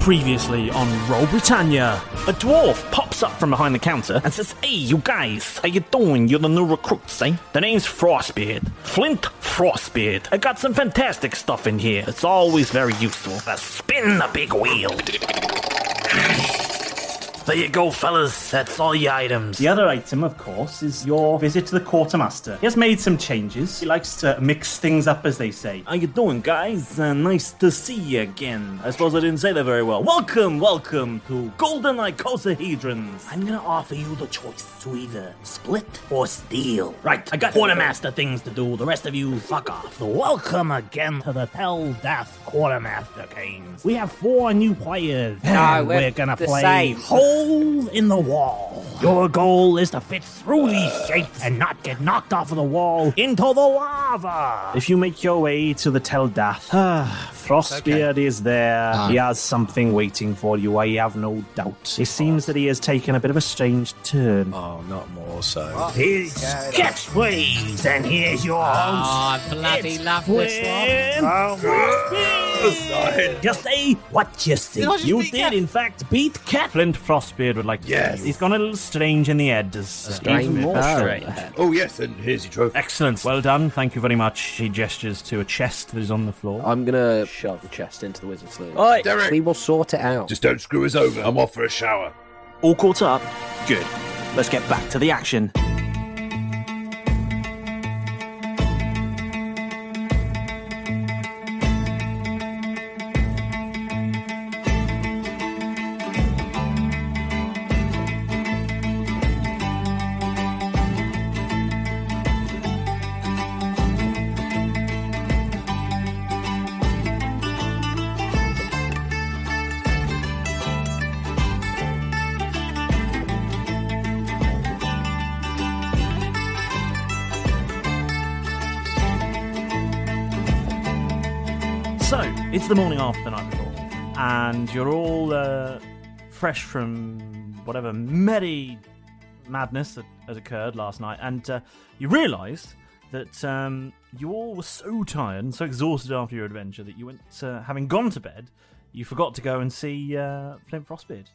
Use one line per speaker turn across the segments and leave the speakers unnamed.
Previously on Roll Britannia, a dwarf pops up from behind the counter and says, Hey, you guys, how you doing? You're the new recruits, eh? The name's Frostbeard. Flint Frostbeard. I got some fantastic stuff in here. It's always very useful. Now spin the big wheel. There you go, fellas. That's all your items. The other item, of course, is your visit to the quartermaster. He has made some changes. He likes to mix things up, as they say. How you doing, guys? Uh, nice to see you again. I suppose I didn't say that very well. Welcome, welcome to Golden Icosahedrons. I'm gonna offer you the choice to either split or steal. Right, I got quartermaster things to do. The rest of you, fuck off. Welcome again to the Tell Death Quartermaster Games. We have four new players.
Ah,
And
we're
we're gonna
the
play
same.
hole in the wall. Your goal is to fit through these shapes and not get knocked off of the wall into the lava. If you make your way to the Teldath,
Ah,
Frostbeard is there. He has something waiting for you, I have no doubt. It seems that he has taken a bit of a strange turn.
Oh, not more so.
His sketchways, and here's your host.
I Ah, bloody
It's
love this one.
Flynn Frostbeard. You say what you see. you did, in fact, beat Cat. Flint Frostbeard would like to yes. He's gone a little strange in the head. uh, Even more strange.
Oh yes, and here's your trophy.
Excellent. Well done. Thank you very much. He gestures to a chest that is on the floor.
I'm gonna shove the chest into the wizard's sleeve.
Oh,
Oi.
Derek.
We will sort it out.
Just don't screw us over. I'm off for a shower.
All caught up? Good. Let's get back to the action. So, it's the morning after the night before, and you're all uh, fresh from whatever merry madness that had occurred last night, and uh, you realise that um, you all were so tired and so exhausted after your adventure that you went, uh, having gone to bed, you forgot to go and see uh, Flint Frostbeard.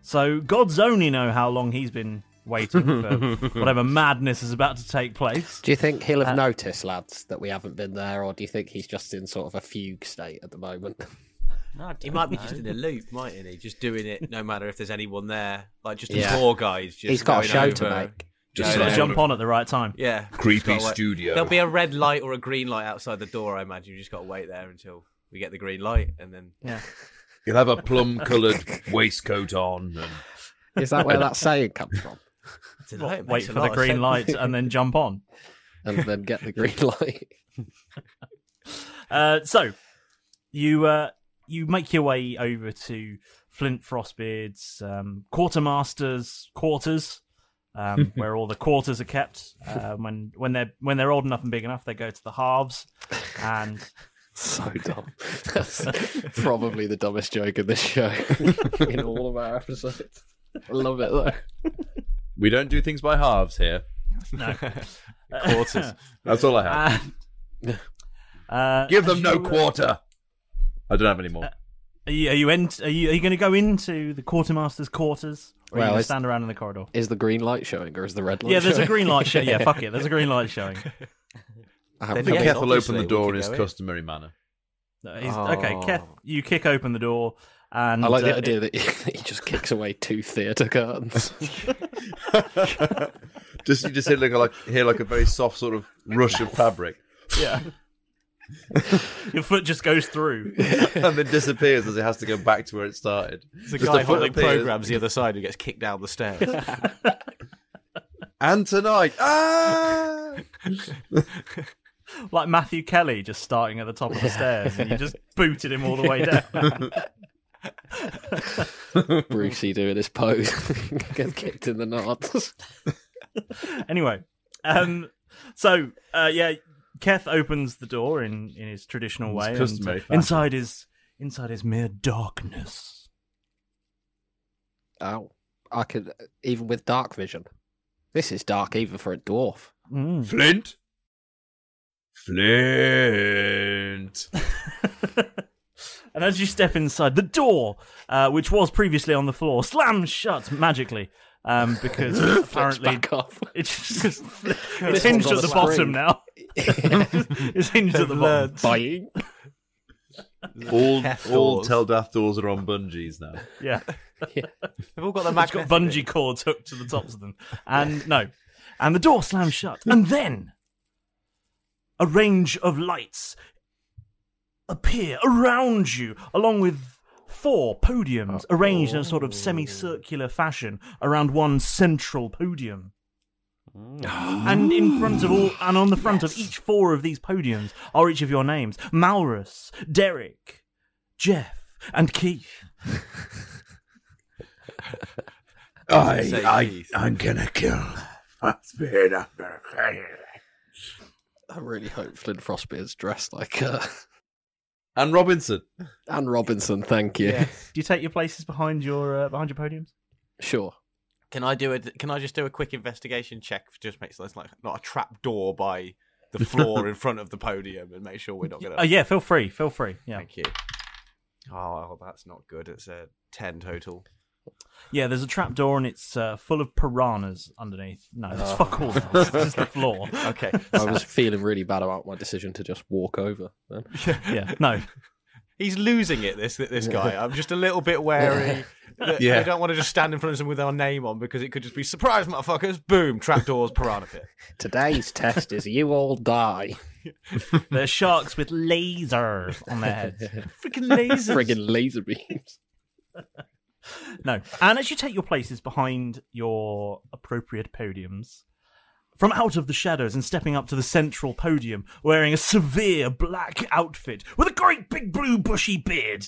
So, God's only know how long he's been waiting for whatever madness is about to take place.
Do you think he'll have noticed, lads, that we haven't been there, or do you think he's just in sort of a fugue state at the moment?
He
might be just in a loop, mightn't he? Just doing it no matter if there's anyone there. Like just
Yeah.
a tour guide. Just
he's got a
going
show to
over.
make.
Just
Yeah,
like-
yeah.
Jump on
at the right time.
Yeah.
Creepy
Just gotta wait.
studio.
There'll be a red light or a green light outside the door, I imagine. You just got to wait there until we get the green light and then.
Yeah.
You'll have a plum-coloured waistcoat on. And...
Is that where that saying comes from?
Dunno, it
Wait
makes a
for the
lot of
green
sense.
light and then jump on.
And then get the green light.
uh, so you uh, you make your way over to Flint Frostbeard's um, quartermaster's quarters, um, where all the quarters are kept. Uh, when when they're when they're old enough and big enough, they go to the halves. And
so dumb. That's probably the dumbest joke in this show in all of our episodes. I love it though.
We don't do things by halves here.
No.
Quarters. That's all I have.
uh,
Give them
as
no
you, uh,
quarter. I don't have any more.
Are you are you, ent- are you, are you going to go into the quartermaster's quarters, or are
Well,
you going to
it's-
stand around in the corridor?
Is the green light showing or is the red light
yeah, there's a
showing?
green light show. Yeah, fuck it. There's a green light showing.
I
I
have
think
no-
Keth will open the door in his customary manner.
Uh, he's- Okay,
Oh.
Keth, you kick open the door, and
I like the
uh,
idea that he, he just kicks away two theatre curtains.
Just you just hear like, like hear like a very soft sort of rush of fabric,
yeah. Your foot just goes through.
and then disappears as it has to go back to where it started.
It's a
Just
guy
foot
holding
appears.
programs the other side who gets kicked down the stairs.
And tonight, ah!
like Matthew Kelly just starting at the top of the stairs, and you just booted him all the way down.
Brucey doing his pose. Gets kicked in the nuts.
anyway, um, so uh, yeah, Keth opens the door in, in his traditional
His
way. and,
customary
uh,
fashion.
inside is inside is mere darkness.
Ow. I could even with dark vision. This is dark even for a dwarf.
Mm.
Flint? Flint.
And as you step inside, the door, uh, which was previously on the floor, slams shut magically. Um, because
Flips
apparently
back off.
it's just it's
one's
hinged
on
at
a
the bottom
spring.
now. it's hinged at the bottom.
Buying.
All
Keth
all
doors.
Teldath doors are on bungees now.
Yeah.
They've all got their
It's got
magnetic
bungee cords hooked to the tops of them. And no. And the door slams shut. And then a range of lights appear around you, along with four podiums arranged in a sort of semicircular fashion around one central podium.
Mm.
And in front of all, and on the front of each four of these podiums are each of your names: Malrus, Derek, Jeff, and Keith.
I, I, I'm gonna kill. That's fair enough.
I really hope Flint Frostbeard's dressed like uh
Anne Robinson.
Anne Robinson, thank you.
Do you take your places behind your uh, behind your podiums?
Sure.
Can I do a? Can I just do a quick investigation check? For just make sure it's like not a trap door by the floor in front of the podium, and make sure we're not gonna.
Oh yeah, feel free, feel free. Yeah,
Thank you. Oh, that's not good. It's a ten total.
yeah. There's a trap door and it's uh, full of piranhas underneath. No, it's
Oh.
fuck all. that. It's just the floor.
Okay.
I was feeling really bad about my decision to just walk over then.
yeah, no.
He's losing it. This this guy. I'm just a little bit wary. that
Yeah.
I don't want to just stand in front of someone with our name on because it could just be surprise, motherfuckers. Boom, trapdoors, piranha pit.
Today's test is you all die.
They're sharks with lasers on their heads. Freaking lasers.
Friggin' laser beams.
No. And as you take your places behind your appropriate podiums, from out of the shadows and stepping up to the central podium, wearing a severe black outfit with a great big blue bushy beard,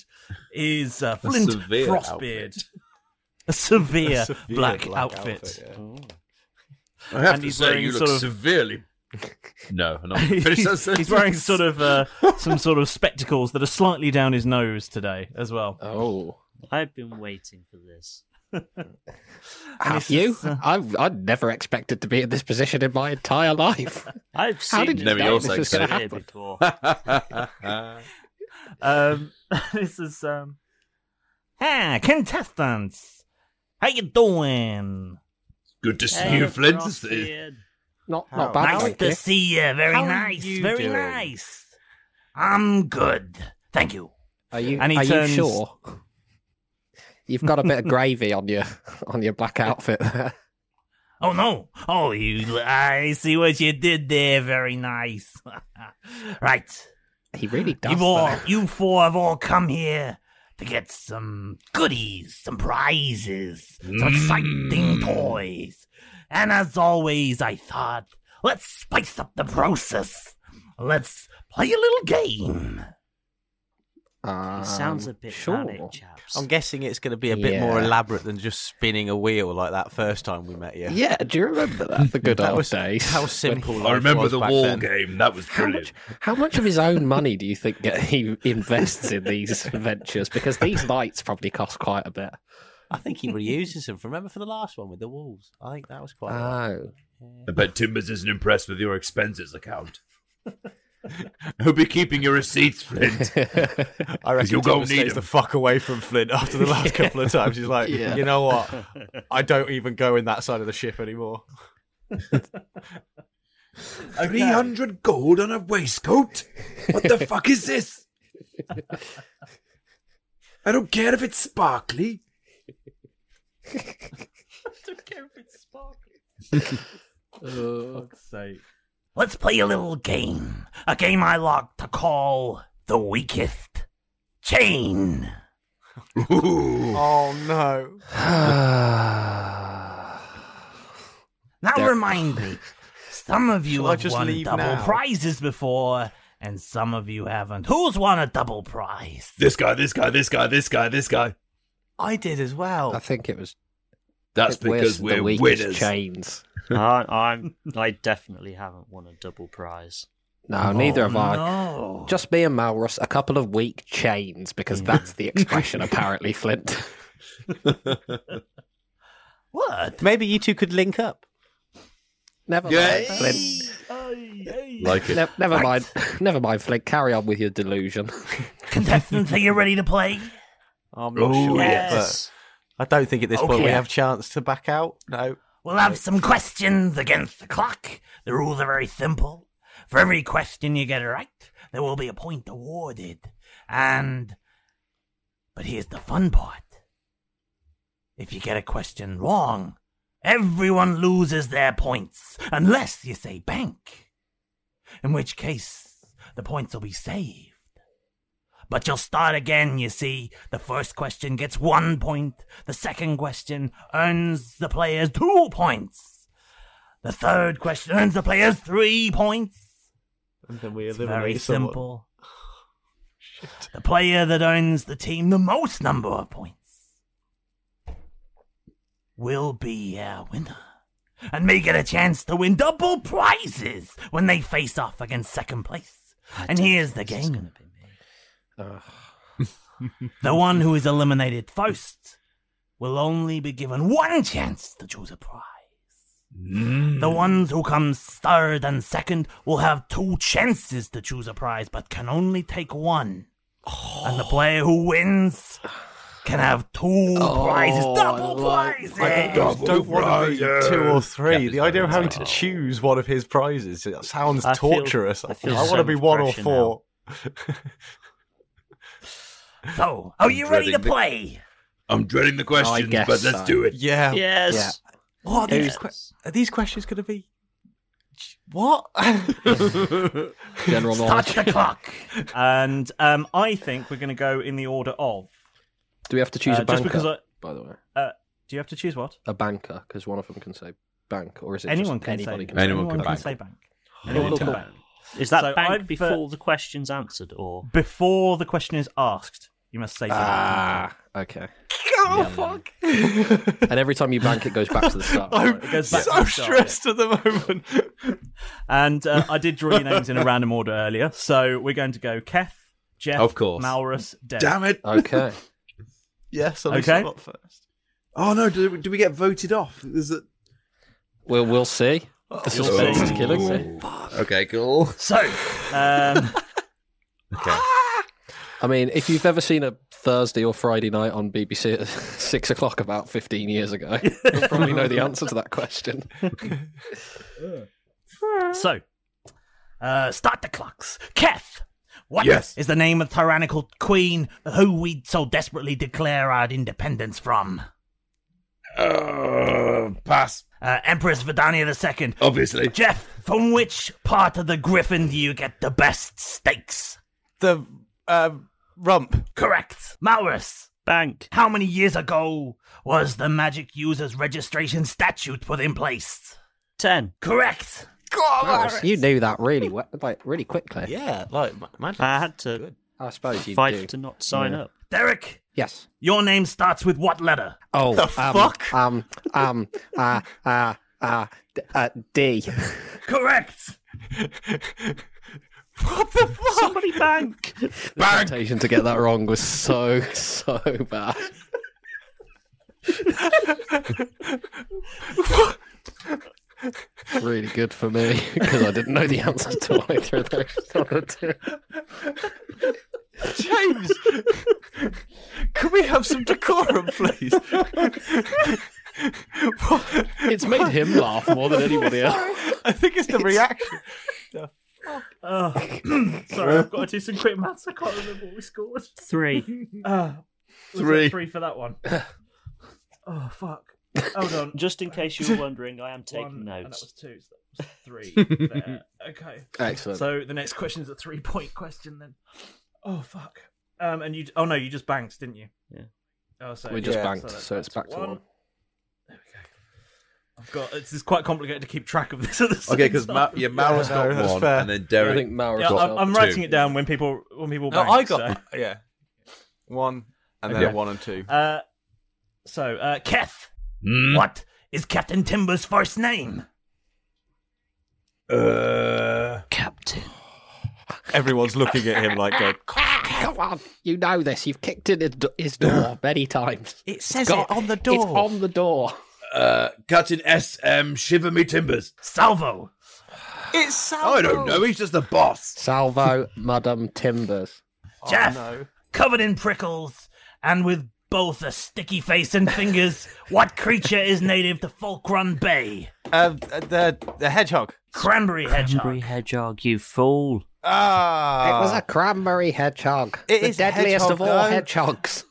is uh,
A
Flint
severe
Frostbeard. A severe,
A severe
black,
black
outfit.
outfit,
Oh.
I have
And
to
he's
say,
wearing
you look
sort of-
severely. No, I'm not gonna finish that
he's, he's
sentence.
wearing sort of uh, some sort of spectacles that are slightly down his nose today as well.
Oh.
I've been waiting for this.
Have you?
uh,
I I never expected to be in this position in my entire life.
I've
How
seen
did
this
you know this was going to
here
happen?
before.
um, this is um. Hey, contestants, how you doing?
Good to see
Hey,
you, Flint. It's-
Frostbeard.
Not,
not bad, Nice
Eh?
thank to you. see you. Very
How are
nice,
you
very
doing?
nice. I'm good, thank you.
Are you
And he
are
turns-
you sure? You've got a bit of gravy on your on your black outfit there.
Oh no! Oh, you! I see what you did there. Very nice. right.
He really does.
You've all,
though.
you four have all come here to get some goodies, some prizes, some exciting toys. And as always, I thought, let's spice up the process. Let's play a little game.
Um,
sounds a bit
sure.
manic, chaps.
I'm guessing it's going to be a bit more
Yeah.
elaborate than just spinning a wheel like that first time we met you.
Yeah, do you remember that? The good
That
old
was-
days.
how
when-
simple life was back then.
That was
brilliant. How much of his own money do you think that he invests in these ventures? Because these lights probably cost quite a bit.
I think he reuses them. Remember for the last one with the wolves? I think that was quite.
Oh.
I bet Timbers isn't impressed with your expenses account. He'll be keeping your receipts, Flint.
I reckon
you're gonna
Thomas
need
stays the
them.
fuck away from Flint after the last couple of times. He's like,
Yeah.
you know what? I don't even go in that side of the ship anymore.
300 gold on a waistcoat? What the fuck is this? I don't care if it's sparkly.
Uh,
Fuck's sake. Let's play a little game. A game I like to call the weakest chain.
Oh no.
Now
There-
remind me, some of you
Shall I
have
just
won
leave
double
now?
prizes before, and some of you haven't. Who's won a double prize?
This guy, this guy, this guy, this guy, this guy.
I did as well.
I think it was.
That's
it was
because
the
we're
weakest
winners.
Chains.
I, I'm, I definitely haven't won a double prize.
No, neither have I.
Oh, no.
Just me and Malrus, a couple of weak chains, because that's the expression apparently, Flint.
What?
Maybe you two could link up.
Never
Yay!
mind, Flint.
Like it.
Ne- never mind. Never mind, Flint. Carry on with your delusion.
Contestants, are you ready to play?
I'm not
Oh,
sure yet,
yes.
but I don't think at this point we
Okay.
have chance to back out. No.
We'll have some questions against the clock. The rules are very simple. For every question you get right, there will be a point awarded. And. But here's the fun part if you get a question wrong, everyone loses their points, unless you say bank. In which case, the points will be saved. But you'll start again, you see. The first question gets one point. The second question earns the players two points. The third question earns the players three points.
And then we
It's
eliminate
very
someone.
simple. The player that earns the team the most number of points will be our winner. And may get a chance to win double prizes when they face off against second place. and here's the game. The one who is eliminated first will only be given one chance to choose a prize.
Mm-hmm.
The ones who come third and second will have two chances to choose a prize, but can only take one. And the player who wins can have two prizes,
Oh,
double prizes.
I just don't want to be two or three. the idea of having to choose one of his prizes it sounds
I feel-
torturous. I,
I feel
want
so
to be
much
one or
pressure
four.
So, are
I'm
you ready to
dreading the-
play?
I'm dreading the questions,
guess
but let's
so.
do it.
Yeah.
Yes. Yeah.
What are these,
Yes.
que- are these questions going to be? What?
General knowledge.
the clock.
and um, I think we're going to go in the order of.
Do we have to choose
Uh,
a banker?
just because I-
By the way,
Uh, do you have to choose what?
a banker, because one of them can say bank, or is it
Anyone
just
can
anybody
say
can
anyone
say
can
bank?
say bank.
Oh,
Anyone
okay.
can bank.
Is that
So
bank
I've, uh,
before the question's answered, or
Before the question is asked, you must say bank.
Ah, okay.
Oh fuck!
and every time you bank, it goes back to the start.
I'm
right?
so stressed at the moment.
And uh, I did draw your names in a random order earlier, so we're going to go Keth, Jeff,
Of course.
Malrus, Dev.
Damn it.
Okay.
yes,
I'll Okay.
up first.
Oh no! Do, do we get voted off? Is it?
Well, we'll see. The
You'll
suspense
see.
is killing me.
Okay, cool.
So, um,
okay.
I mean, if you've ever seen a Thursday or Friday night on BBC at six o'clock about fifteen years ago, you'll probably know the answer to that question.
So, uh,
start the clocks. Keth, What is
Yes.
the name of tyrannical queen who we so desperately declare our independence from?
Uh, pass.
Uh, Empress Vidania II.
Obviously.
Jeff, from which part of the griffin do you get the best steaks?
The uh, rump.
Correct. Maurus. Bank. How many years ago was the magic users registration statute put in place?
Ten.
Correct.
Maurus, you knew that really well, like really quickly.
Yeah, like magic.
I had to.
I suppose you
fight
do.
to not sign
Yeah.
up.
Derek.
Yes.
Your name starts with what letter?
Oh,
The
um,
fuck?
Um, um, uh, uh, uh, d- uh, D.
Correct.
what the fuck?
Somebody bank.
The temptation to get that wrong was so so bad. really good for me because I didn't know the answer to either of those other two.
James, can we have some decorum, please?
It's made him laugh more than anybody else.
I think it's the reaction.
Oh, sorry, I've got to do some quick maths. I can't remember what we scored.
Three.
Uh, was it
Three.
Three for that one. oh fuck. Hold on.
Just in case you were wondering, I am taking
One, and that
notes.
was two. So that was three. there. Okay.
Excellent.
So the next question is a three-point question then. Oh fuck. Um, and you. Oh no, you just banked, didn't you?
Yeah.
Oh, so
We just
yeah,
banked,
that's
so it's back to one.
I've got. It's, it's quite complicated to keep track of this. At the same
Okay, 'cause Ma-
time.
yeah, Mara's got
that's
one, and then Derek- I think Mara's
Yeah,
got
I'm, I'm
two.
writing it down when people when people.
No,
bank,
I got
so.
yeah, one and
Okay.
then one and two.
Uh, so, uh,
Keth. What is Captain Timber's first name?
Uh,
Captain.
Everyone's looking at him like, going,
Come on, you know this. You've kicked in his do- his door many times.
It
says
got-
it on the
it's
door.
on the door.
Uh, Captain S.M. Shiver Me Timbers.
Salvo.
It's Salvo.
I don't know. He's just the boss.
Salvo, Madam Timbers.
Oh, Jeff, covered in prickles and with both a sticky face and fingers, what creature is native to Falkron Bay?
Uh, the the hedgehog.
Cranberry hedgehog.
Cranberry hedgehog, you fool.
Ah,
it was a cranberry hedgehog.
It
the
is
deadliest of
hedgehog,
all
though.
hedgehogs.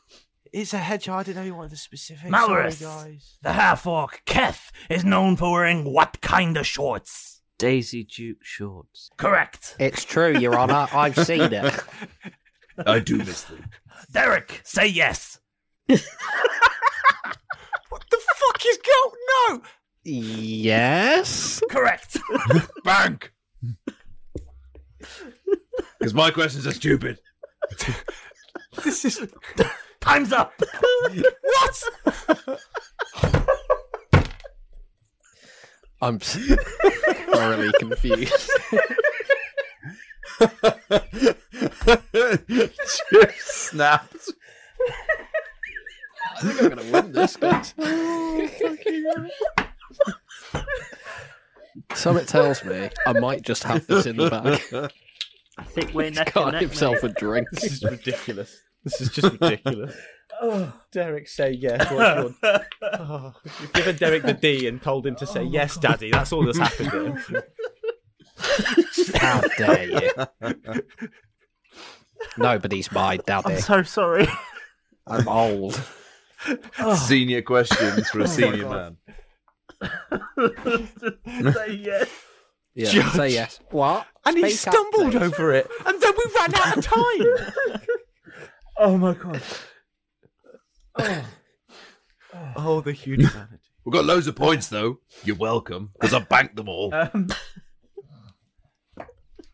It's a hedgehog. I didn't know you wanted the specifics.
Malrith, the half orc Keth, is known for wearing what kind of shorts?
Daisy Duke shorts.
Correct.
It's true, Your Honour. I've seen it.
I do miss them.
Derek, say yes.
The fuck is go? No.
Yes.
Correct.
Bank. Because my questions are stupid.
This is
time's up.
what?
I'm s- thoroughly confused.
Just snapped.
I think I'm gonna win this, guys.
Oh,
Summit tells me I might just have this in the bag.
I think we're
He's
neck
got
and neck,
himself a
mate.
drink.
ridiculous. This is just ridiculous.
Oh,
Derek, say yes. What's your... oh, you've given Derek the D and told him to say yes, Daddy. That's all that's happened. Here.
How dare you? Nobody's my daddy.
I'm so sorry. Oh.
I'm old.
Senior questions for
Oh
a
my
senior
God.
man.
Say yes.
Yeah,
Judge.
say yes. What?
And he
Speak up,
stumbled
please.
over it, and then we ran out of time.
Oh my god.
Oh, the huge man.
We've got loads of points, though. You're welcome, because I banked them all.
Um,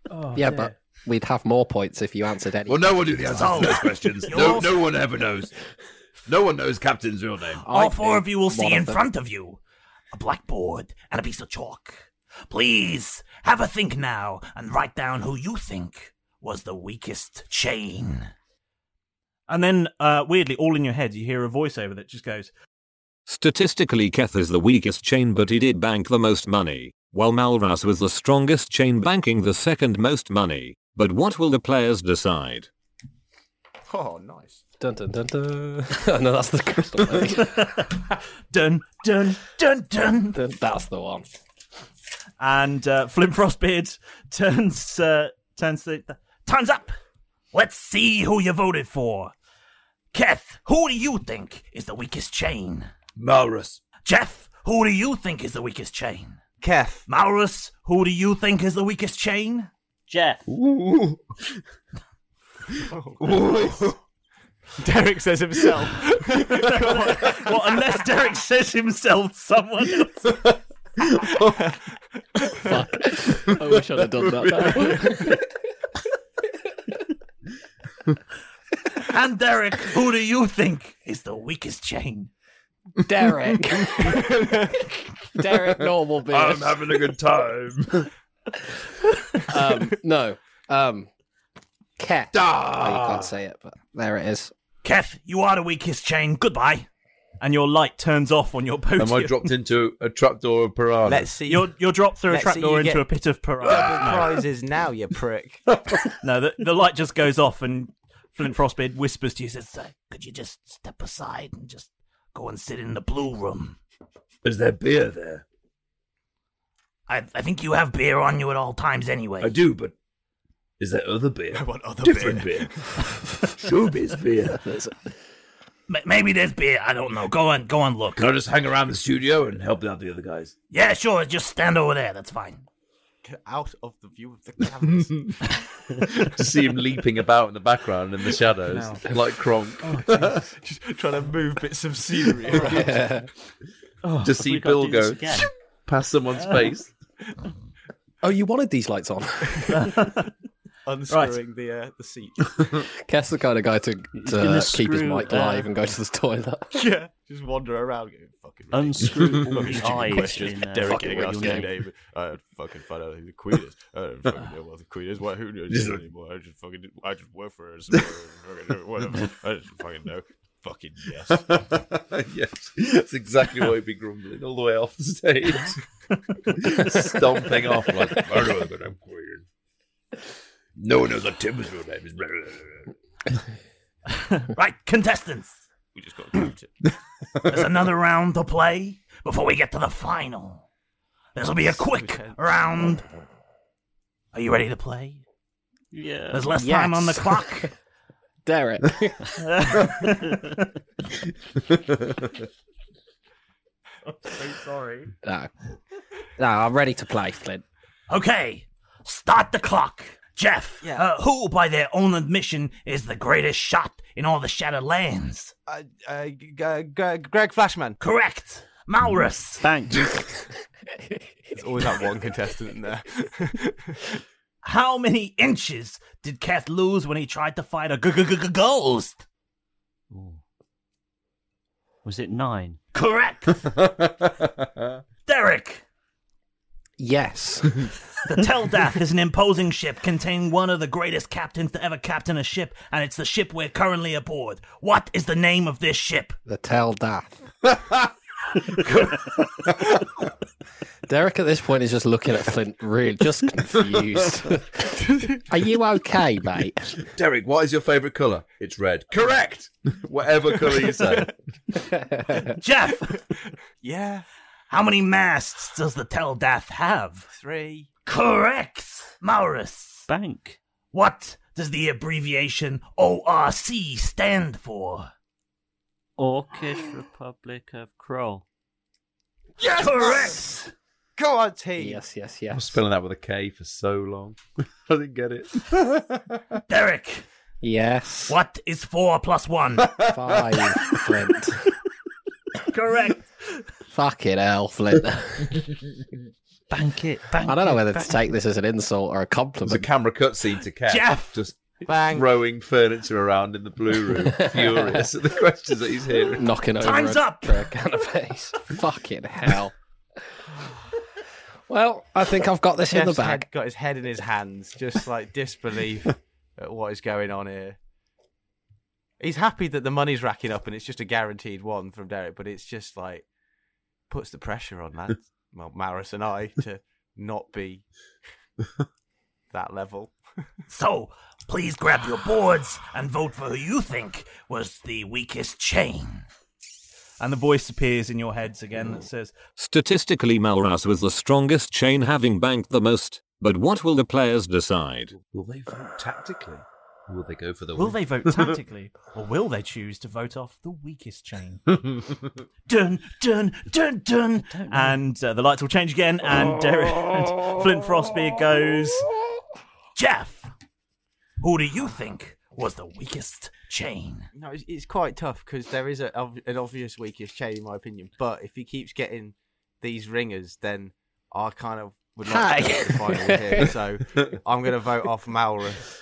oh,
yeah, but we'd have more points if you answered any.
Well, no one Oh. knew the answers to those questions. No, no one ever knows. No one knows Captain's real name.
All four of you will see in front of you a blackboard and a piece of chalk. Please have a think now and write down who you think was the weakest chain.
And then, uh, weirdly, all in your head, you hear a voiceover that just goes,
Statistically, Keth is the weakest chain, but he did bank the most money, while Malras was the strongest chain, banking the second most money. But what will the players decide?
Oh, nice.
Dun dun dun dun. no, that's the crystal. Lady.
"Dun dun dun dun."
That's the one.
And uh, Flint Frostbeard turns uh, turns the
Time's up. Let's see who you voted for. Keth, who do you think is the weakest chain?
Maurus.
Jeff, who do you think is the weakest chain?
Kef.
Maurus, who do you think is the weakest chain?
Jeff.
Derek says himself. well, unless Derek says himself, someone else.
Fuck. I wish I'd have done that.
and Derek, who do you think is the weakest chain?
Derek. Derek normal beer.
I'm having a good time.
um, no. Um, Cat.
Ah.
you can't say it, but there it is.
Kef, you are the weakest chain. Goodbye. And your light turns off on your podium.
Am I dropped into a trapdoor of piranha?
You're, you're dropped through
Let's
a
see
trapdoor
you
into
get
a pit of piranha.
double
prizes now, you prick. no, the, the light just goes off, and Flint Frostbeard whispers to you, says,
So, could you just step aside and just go and sit in the blue room?
Is there beer there?
I, I think you have beer on you at all times anyway.
I do, but is there other beer? I want
other
Different
beer.
beer. Showbiz beer.
M- maybe there's beer. I don't know. Go on, go on, look.
Can I just hang around the studio and help out the other guys?
Yeah, sure. Just stand over there. That's fine.
Get out of the view of the cameras.
to see him leaping about in the background in the shadows,
No. Oh,
like Kronk.
Oh,
Just trying to move bits of scenery around.
Yeah.
Oh,
to see
we gotta
Bill
do this
go
again.
past someone's
Uh.
face.
Oh, you wanted these lights on.
Unscrewing the uh, the seat.
Cat's the kind of guy to,
gonna
to keep his
screw,
mic
uh,
live and go to the toilet.
yeah, just wander around. Going, fucking
Unscrew all
ridiculous.
the
Stupid
eyes
questions.
in, uh,
Derek
fucking
getting asked
Radio
his
Name.
name. I don't fucking find out who the queen is. I don't fucking know what the queen is. What who knows anymore? I just fucking I just work for her. So fucking- whatever. I just fucking know. Fucking yes.
yes, that's exactly why he'd be grumbling all the way off the stage, stomping off like I don't know what I'm queer. No one knows what Tim's real name is. Blah, blah, blah,
right, contestants.
We just got to
There's another round to play before we get to the final. This will be a quick round. Are you ready to play?
Yeah.
There's less time on the clock.
Derek.
Ah.
so sorry.
no. No, I'm ready to play, Flint.
Okay, start the clock. Jeff, uh, who, by their own admission, is the greatest shot in all the Shattered Lands?
Uh, uh, G- G- G- Greg Flashman.
Correct. Maurus.
Thanks.
There's always that one contestant in there.
How many inches did Keth lose when he tried to fight a g- g- g- g- ghost?
Was it nine?
Correct. Derek,
Yes.
The Teldath is an imposing ship containing one of the greatest captains to ever captain a ship, and it's the ship we're currently aboard. What is the name of this ship?
The tell death. Derek at this point is just looking at Flint, really just confused. Are you okay, mate?
blah. Derek, what is your favourite colour? It's red. Correct. Whatever colour you say.
Jeff!
yeah.
How many masts does the Teldath have?
Three.
Correct! Maurus.
Bank.
What does the abbreviation ORC stand for?
Orcish Republic of Kroll.
Yes! Correct!
Go on, team.
Yes, yes,
I was
yes.
spelling that with a K for so long. I didn't get it.
Derek,
Yes.
what is four plus one?
Five, Flint.
Correct.
Fucking hell, Flint.
bank it,
I don't know whether to take this as an insult or a
There's a
compliment.
camera cutscene to Cat
Jeff!
just throwing furniture around in the blue room, furious at the questions that he's hearing.
Knocking over
Time's
a,
up!
a can of paste. Fucking hell. Well, I think I've got this in the
Jeff's
bag.
head- got his head in his hands, just like disbelief at what is going on here. He's happy that the money's racking up and it's just a guaranteed one from Derek, but it's just like puts the pressure on that well, Maris and I to not be that level.
So, please grab your boards and vote for who you think was the weakest chain.
And the voice appears in your heads again that says,
Statistically, Malras was the strongest chain having banked the most, but what will the players decide?
Will they vote tactically? Will they go for the
Will
win?
they vote tactically, or will they choose to vote off the weakest chain?
dun dun dun dun,
and uh, the lights will change again, and, Derek, and Flint Frostbeard goes.
Jeff, who do you think was the weakest chain?
No, it's, it's quite tough because there is a, ob- an obvious weakest chain in my opinion. But if he keeps getting these ringers, then I kind of would like to go
Hi.
to the final with him. So I'm going to vote off Malrus.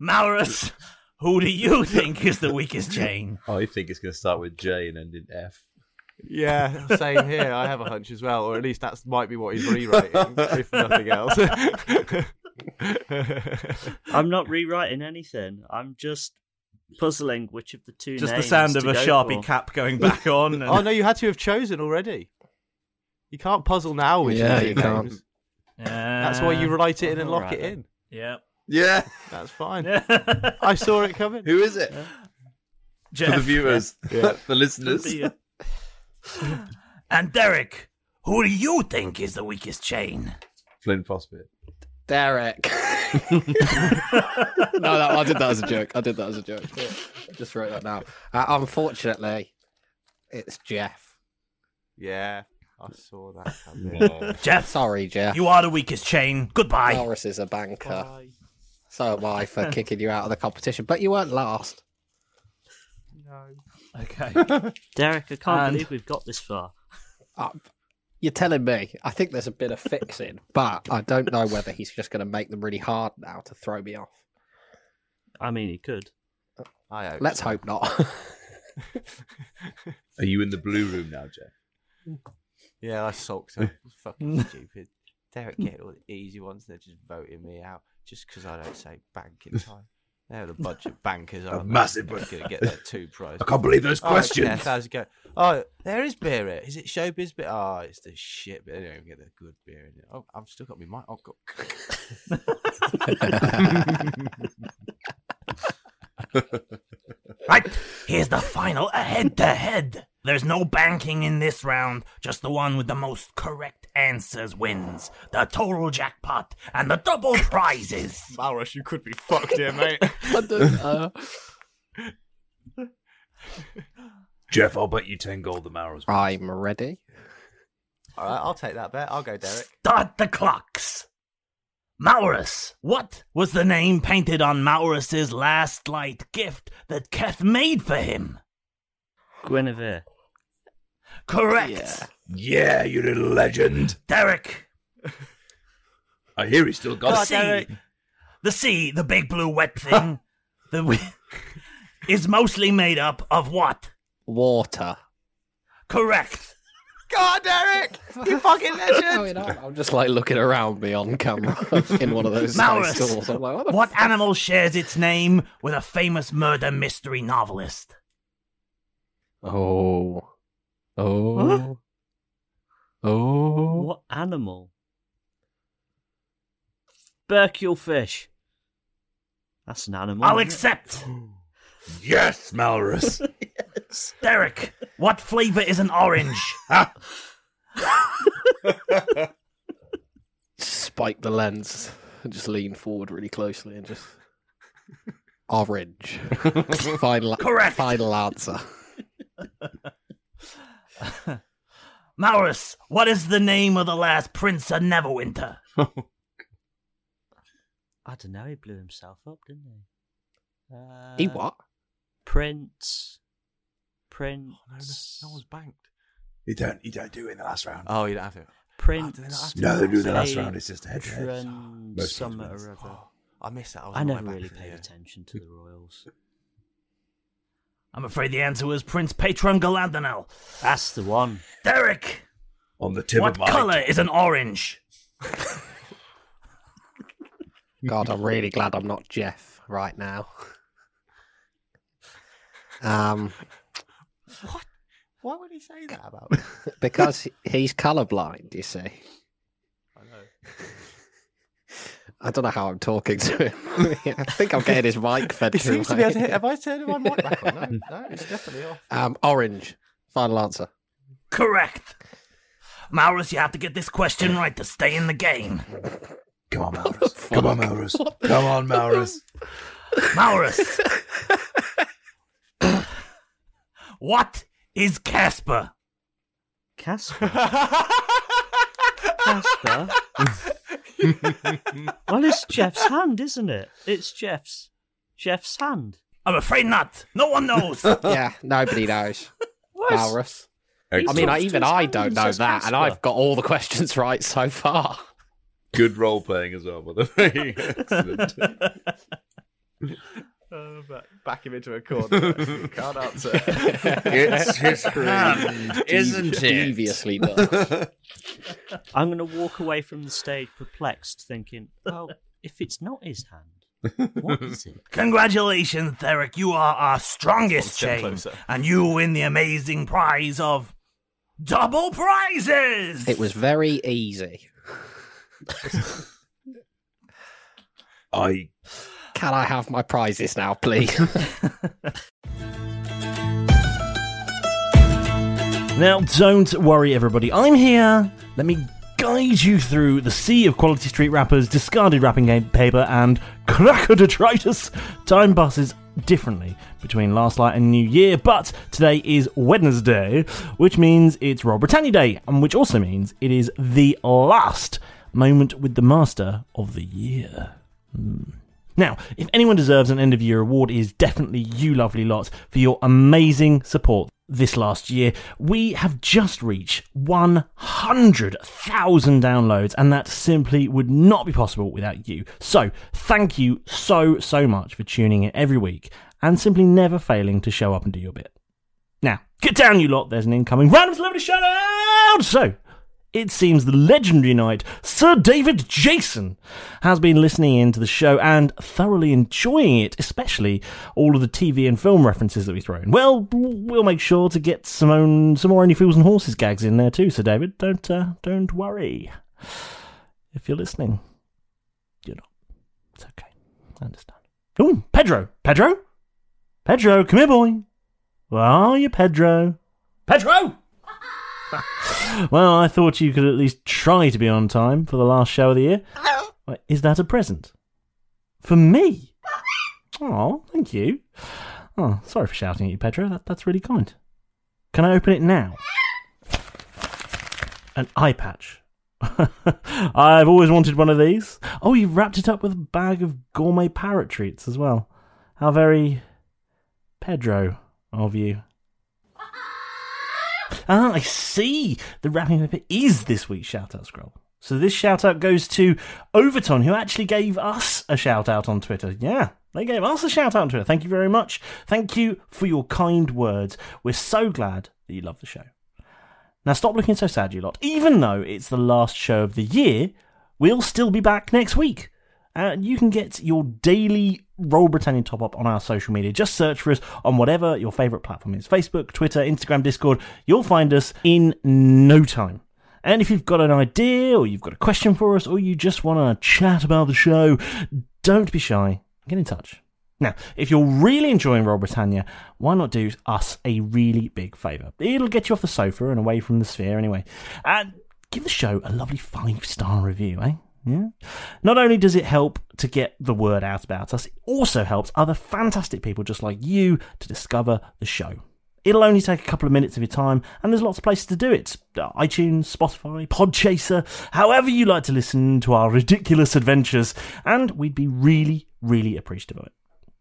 Malrus, who do you think is the weakest chain?
I think it's going to start with J and end in F.
Yeah, same here. I have a hunch as well, or at least that's might be what he's rewriting, if nothing else.
I'm not rewriting anything. I'm just puzzling which of the two.
Just the
names
sound
to
of a
go
Sharpie
for.
cap going back on.
oh no, you had to have chosen already. You can't puzzle now with
Yeah,
your
you
two
can't.
names. That's why you write it in and
All
lock
right
it
then.
in.
Yeah.
Yeah.
That's fine. I saw it coming.
Who is it? For the
Jeff.
viewers,
Yeah.
the listeners.
and Derek, who do you think is the weakest chain?
Flynn Frostbeard.
Derek. no, that, I did that as a joke. I did that as a joke. Yeah. Just wrote that now. Uh, unfortunately, it's Jeff.
Yeah, I saw that coming.
Jeff.
Sorry, Jeff.
You are the weakest chain. Goodbye.
Morris is a banker. So am I for kicking you out of the competition, but you weren't last.
Okay.
Derek, I can't
And-
believe we've got this far.
Uh, You're telling me. I think there's a bit of fixing, but I don't know whether he's just going to make them really hard now to throw me off.
I mean, he could.
I hope
Let's hope not.
Are you in the blue room now, Jeff?
Yeah, I sulked. I was fucking stupid. Derek getting all the easy ones. They're just voting me out just because I don't say bank in time. They're a bunch of bankers. aren't they?
massive
They're
bunch.
gonna get that two prize.
I can't believe those
All right,
questions.
Jeff, how's it go? Oh, there is beer. Here. Is it showbiz beer? Oh, it's the shit. But they don't even get the good beer in it. Oh, I've still got my mic. Oh, God.
Right, here's the final head to head. There's no banking in this round, just the one with the most correct answers wins. The total jackpot and the double prizes.
Malrus, you could be fucked here, mate.
Jeff, I'll bet you 10 gold the Maras.
I'm ready.
all right, I'll take that bet. I'll go, Derek.
Start the clocks. Maurus, what was the name painted on Maurus's last light gift that Keth made for him?
Guinevere.
Correct.
Yeah, you little legend.
Derek,
I hear he's still
the
got
sea, the sea, the big blue wet thing, the w- is mostly made up of what?
Water.
Correct.
God, Derek, you fucking legend.
I'm just like looking around me on camera in one of those nice
Maurus,
stores. I'm like, what the
what animal shares its name with a famous murder mystery novelist?
Oh. Oh. Oh.
What animal? Bercule fish. That's an animal.
I'll
isn't it?
accept.
Oh, Yes, Malrus.
Derek, what flavor is an orange?
spike the lens and just lean forward really closely and just orange. final,
Correct.
Final answer.
Maurus, what is the name of the last prince of Neverwinter?
Oh,
I don't know. He blew himself up, didn't he? Uh,
He what?
Prince. Prince.
Oh, No one's banked.
You don't, you don't do it in the last round.
Oh, you don't have to.
Prince.
have to?
No, they do the last round. It's just head to head.
Patron
Most
Summer
ones
or other.
Oh, I missed that. I, was
I
on my
never
back
really
for
paid
the, uh,
attention to the royals.
I'm afraid the answer was Prince Patron Galadonel.
That's the one.
Derek,
On the tip
what
of my
color is an orange?
God, I'm really glad I'm not Jeff right now. Um,
Why would he say that about me?
because he's colorblind, you see.
I know.
I don't know how I'm talking to him. I think I'm getting his mic fed
He
through
seems to
my-
be able to hit. Have I turned my mic back on? No, no, it's definitely off.
Um, orange. Final answer.
Correct. Maurus, you have to get this question right to stay in the game.
Come on, Maurus. Come on, Maurus. Come on, Maurus.
Maurus! what is Casper?
Casper? Casper? well, it's Jeff's hand, isn't it? It's Jeff's Jeff's hand.
I'm afraid not. No one knows.
yeah, nobody knows. Maurus. I mean, I, even I don't know that, and I've got all the questions right so far.
Good role playing as well, by the way. Excellent.
Uh, back, back him into a corner. Can't answer.
It's his hand,
isn't it? Deviously done.
I'm going to walk away from the stage perplexed, thinking, well, if it's not his hand, what is it?
Congratulations, Derek. You are our strongest
One step
chain,
closer.
and you win the amazing prize of double prizes.
It was very easy.
I
can I have my prizes now, please?
Now, don't worry, everybody. I'm here. Let me guide you through the sea of quality street wrappers, discarded wrapping game paper, and cracker detritus. Time passes differently between last light and New Year, but today is Wednesday, which means it's Royal Britannia Day, and which also means it is the last moment with the master of the year. Hmm. Now, if anyone deserves an end of year award, it is definitely you, lovely lot, for your amazing support this last year. We have just reached 100,000 downloads, and that simply would not be possible without you. So, thank you so, so much for tuning in every week and simply never failing to show up and do your bit. Now, get down, you lot. There's an incoming random celebrity shout out. So, it seems the legendary knight, Sir David Jason, has been listening in to the show and thoroughly enjoying it, especially all of the TV and film references that we throw in. Well, we'll make sure to get some, own, some more Only Fools and Horses gags in there too, Sir David. Don't, uh, don't worry. If you're listening, you're not. It's okay. I understand. Ooh, Pedro! Pedro! Pedro, come here, boy! Where are you, Pedro? Pedro! well, I thought you could at least try to be on time for the last show of the year. Wait, Is that a present? For me? Oh, thank you. Oh, sorry for shouting at you, Pedro. That, that's really kind. Can I open it now? An eye patch. I've always wanted one of these. Oh, you wrapped it up with a bag of gourmet parrot treats as well. How very Pedro of you. Ah, I see. The wrapping paper is this week's shout out scroll. So this shout out goes to Overton, who actually gave us a shout out on Twitter. Yeah, they gave us a shout out on Twitter. Thank you very much. Thank you for your kind words. We're so glad that you love the show. Now stop looking so sad, you lot. Even though it's the last show of the year, we'll still be back next week. Uh, you can get your daily Roll Britannia top up on our social media. Just search for us on whatever your favourite platform is Facebook, Twitter, Instagram, Discord. You'll find us in no time. And if you've got an idea, or you've got a question for us, or you just want to chat about the show, don't be shy. Get in touch. Now, if you're really enjoying Royal Britannia, why not do us a really big favour? It'll get you off the sofa and away from the sphere anyway. And give the show a lovely five star review, eh? Yeah. Not only does it help to get the word out about us, it also helps other fantastic people just like you to discover the show. It'll only take a couple of minutes of your time, and there's lots of places to do it iTunes, Spotify, Podchaser, however you like to listen to our ridiculous adventures, and we'd be really, really appreciative of it.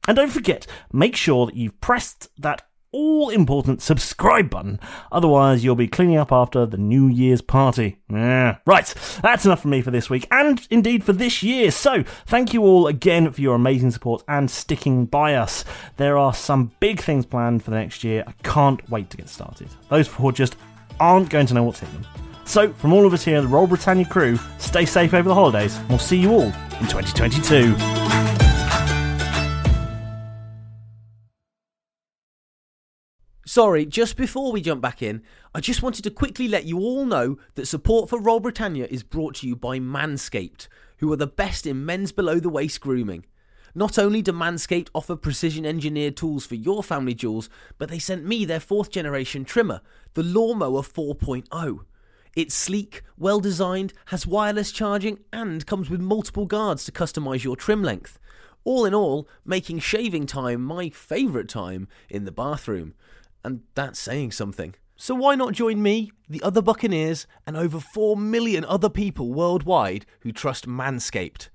And don't forget, make sure that you've pressed that all important subscribe button, otherwise, you'll be cleaning up after the New Year's party. Yeah. Right, that's enough for me for this week, and indeed for this year. So, thank you all again for your amazing support and sticking by us. There are some big things planned for the next year. I can't wait to get started. Those four just aren't going to know what to hit them. So, from all of us here, the Royal Britannia crew, stay safe over the holidays. and We'll see you all in 2022.
Sorry, just before we jump back in, I just wanted to quickly let you all know that support for Roll Britannia is brought to you by Manscaped, who are the best in men's below the waist grooming. Not only do Manscaped offer precision engineered tools for your family jewels, but they sent me their fourth generation trimmer, the Lawnmower 4.0. oh. It's sleek, well designed, has wireless charging, and comes with multiple guards to customize your trim length. All in all, making shaving time my favourite time in the bathroom. And that's saying something. So why not join me, the other Buccaneers, and over 4 million other people worldwide who trust Manscaped?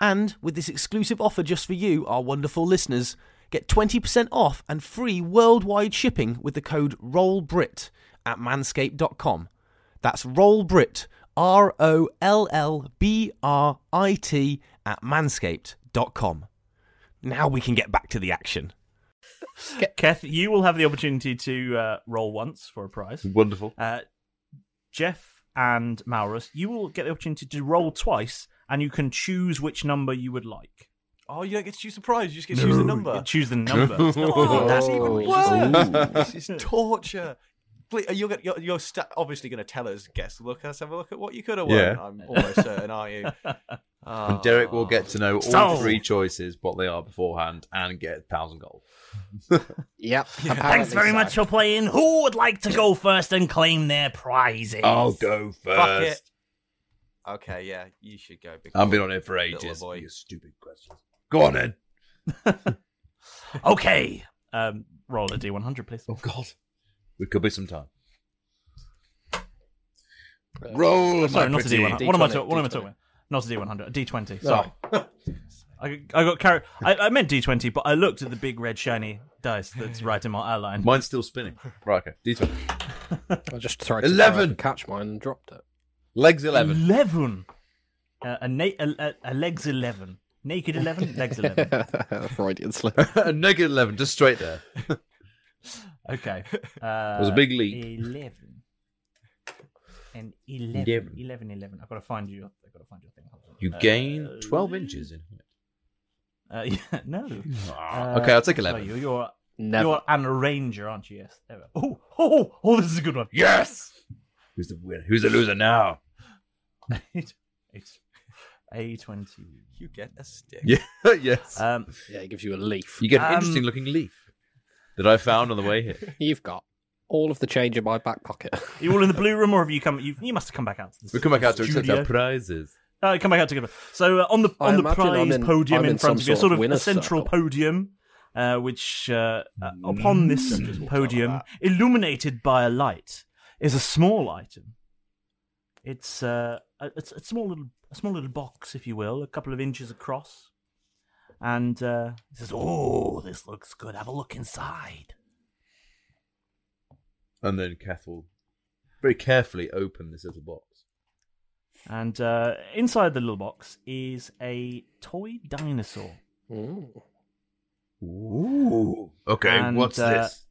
And with this exclusive offer just for you, our wonderful listeners, get 20% off and free worldwide shipping with the code ROLLBRIT at manscaped.com. That's ROLLBRIT, R O L L B R I T, at manscaped.com. Now we can get back to the action.
Keth, you will have the opportunity to uh, roll once for a prize.
Wonderful.
Uh, Jeff and Maurus, you will get the opportunity to roll twice, and you can choose which number you would like.
Oh, you don't get to choose the prize. You just get to choose the number.
Choose the number.
Oh, that's even
Ooh.
worse. this is torture. Please, you're, gonna- you're, you're sta- obviously going to tell us. Guess. Look, let's have a look at what you could have won.
Yeah.
I'm almost certain, aren't you? Ah.
And Derek will get to know all
Sold.
three choices, what they are beforehand, and get a thousand gold.
Yep.
apparently
Thanks very
so.
much
for playing. Who would like to go first and claim their prizes?
I'll go
Fuck it.
first.
Okay, yeah, you should go. big
I've been
boy,
on it for
little
ages.
boy.
You stupid questions. Go on then.
Okay.
Um, roll a d100, please.
Oh, God. We could be some time. Roll,
Oh, Sorry,
my
not a
pretty.
D100. What am I,
D20,
talk- what am I
D20.
talking about? Not a D100, a D20.
No.
Sorry. I, I got carried. I, I meant D20, but I looked at the big red shiny dice that's right in my outline.
Mine's still spinning. Right, okay. D20.
I just tried to
Eleven.
try to catch mine and dropped it.
Legs
11. 11. Uh, a, na- a, a, a legs 11. Naked 11, legs 11.
Freudian slip.
Negative 11, just straight there.
Okay. Uh,
was a big leap.
11. And 11.
Eleven.
11, 11. I've got to find you. I've got to find your thing. Hold on.
You
Uh,
gain 12 inches in height.
Uh, yeah, no. Uh,
Ah, okay, I'll take
so
11.
you- You're,
Never.
you're an arranger, aren't you? Yes. There we go. Oh, oh, oh, oh, this is a good one.
Yes! Who's the winner? Who's the loser now?
Eight- eight- A20.
You get a stick.
Yeah, yes.
Um,
yeah, it gives you a leaf.
You get
Um,
an interesting looking leaf that I found on the way here.
You've got all of the change in my back pocket.
Are you all in the blue room, or have you come? You, you must have come back out. To this,
We come back out to
studio.
accept our prizes.
Uh, come back out together. So uh, on the
I
on the
imagine I'm
prize
in-
podium
I'm
in,
in
front
some
of you,
sort
sort
of
of a
winner's
central podium, uh, which uh, uh,
Mm.
upon this podium, illuminated by a light, is a small item. It's uh, a, it's a small little a small little box, if you will, a couple of inches across, and uh, it says, "Oh, this looks good. Have a look inside."
And then Kath will very carefully open this little box.
And uh, inside the little box is a toy dinosaur.
Ooh. Okay,
And,
what's
uh,
this?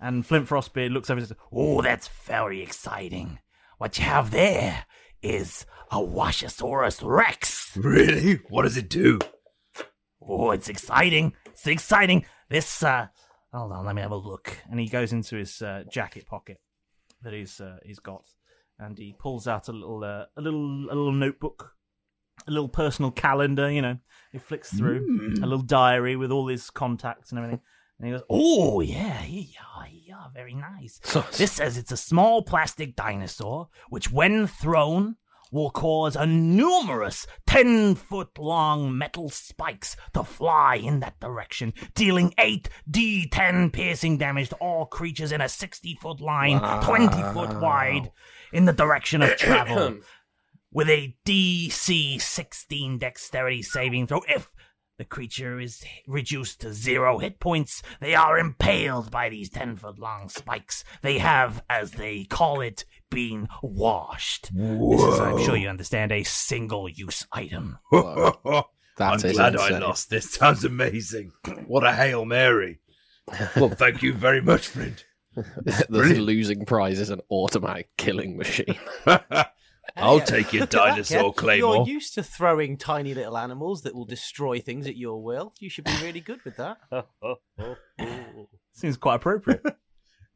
And Flint Frostbeard looks over and says,
Oh, that's very exciting. What you have there is a Washosaurus Rex.
Really? What does it do?
Oh, it's exciting. It's exciting.
This, uh, hold on, let me have a look. And he goes into his uh, jacket pocket that he's uh, he's got, and he pulls out a little uh, a little a little notebook, a little personal calendar. You know, he flicks through
Mm.
Hmm.
a little diary with all his contacts and everything. And he goes,
Oh, yeah, here you are, here you are. Very nice. this says it's a small plastic dinosaur, which, when thrown, will cause a numerous 10 foot long metal spikes to fly in that direction, dealing 8d10 piercing damage to all creatures in a 60 foot line, 20 foot wide, in the direction of travel. With a DC 16 dexterity saving throw, if the creature is reduced to zero hit points. They are impaled by these 10 foot long spikes. They have, as they call it, been washed. This is, I'm sure you understand, a single use item.
I'm
is
glad I
insane.
lost. This sounds amazing. What a Hail Mary. Well, thank you very much, friend.
this losing prize is an automatic killing machine.
I'll
Yeah.
take your
Look at that,
dinosaur
Kev.
claymore.
You're used to throwing tiny little animals that will destroy things at your will. You should be really good with that.
Seems quite appropriate.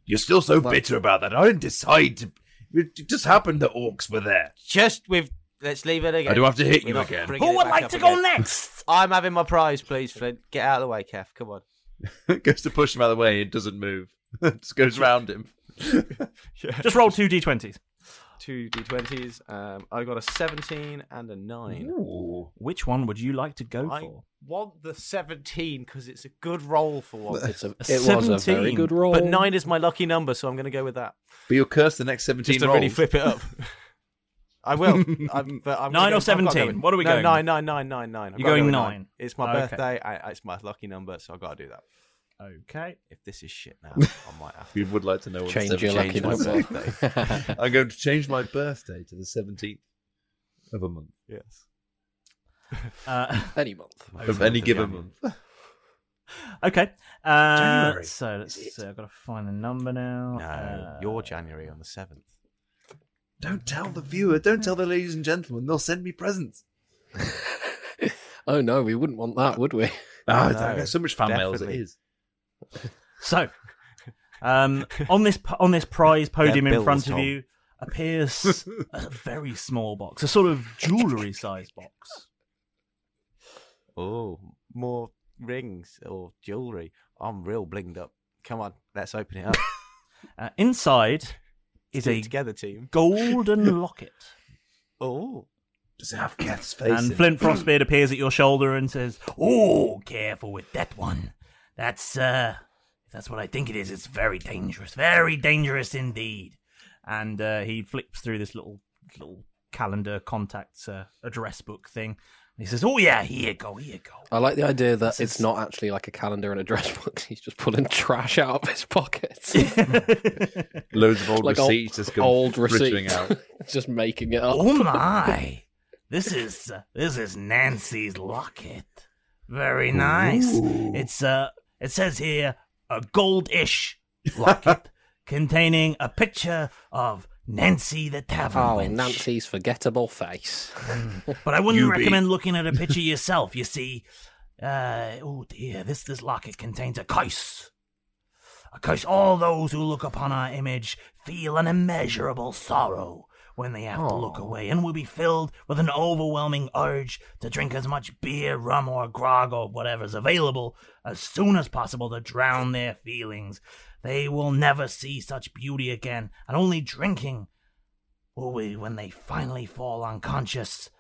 You're still so bitter about that. I didn't decide to. It just happened that orcs were there.
Just with. Let's leave it again.
I do have to hit
We're
you
not
again.
bringing
Who
it
would
back
like
up
to go
again.
next?
I'm having my prize, please, Flint. Get out of the way, Kev. Come on.
goes to push him out of the way. It doesn't move. just goes round him.
"Just roll two d20s."
two d20s. Um, I got a 17 and a 9.
Which one would you like to go
I
for?
want the 17 because it's a good roll for one.
It's a- A it was a very 17. good roll.
But 9 is my lucky number, so I'm going to go with that.
But you'll curse the next 17
Just to really
rolls.
flip it up. I will. I'm, but I'm gonna go- I've
Nine or
gotta go
17?
with-
What are we
no,
going?
Nine, nine, nine, nine, nine. I've
You're
gotta go
going
with
nine.
It's my
Okay.
birthday. I, it's my lucky number, so I've got to do that.
Okay.
If this is shit now, I might have to.
We would like to know what
Change
the
your
17th
lucky
is.
number.
I'm going to change my birthday to the 17th of a month.
Yes.
Uh,
any month.
Of any given month.
Okay. Uh,
January,
So let's see. I've got to find the number now.
No,
Uh,
you're January on the 7th.
Don't tell the viewer. Don't tell the ladies and gentlemen. They'll send me presents.
Oh no, we wouldn't want that, would we?
Ah, I get so much fan mail as it
definitely.
is.
So, um, on this on this prize podium
They're
in front
bills,
of
Tom.
you appears a very small box, a sort of jewellery sized box.
Oh, more rings or jewelry. I'm real blinged up. Come on, let's open it up.
Uh, inside is
Do it
a
together team.
golden locket.
Oh,
does it have Keth's
and Flint Frostbeard appears at your shoulder and says,
Oh, careful with that one. That's uh if that's what I think it is, it's very dangerous. Very dangerous indeed.
and uh, he flips through this little little calendar contacts uh, address book thing. And he says, "Oh yeah, here you go, here you go."
I like the idea that it's not actually like a calendar and a dress book. He's just pulling trash out of his pockets.
Loads of old receipts just go
old
frittering
receipts.
out.
just making it up.
Oh my. This is uh, this is Nancy's locket. Very nice. It's uh it says here a goldish locket containing a picture of Nancy the Tavern
Oh,
Wench. Mm.
Nancy's forgettable face.
But I wouldn't recommend looking at a picture yourself. You see, uh, oh dear, this this locket contains a curse. A curse. All those who look upon our image feel an immeasurable sorrow when they have to look away, and will be filled with an overwhelming urge to drink as much beer, rum, or grog, or whatever's available, as soon as possible to drown their feelings. They will never see such beauty again, and only drinking will we, when they finally fall unconscious,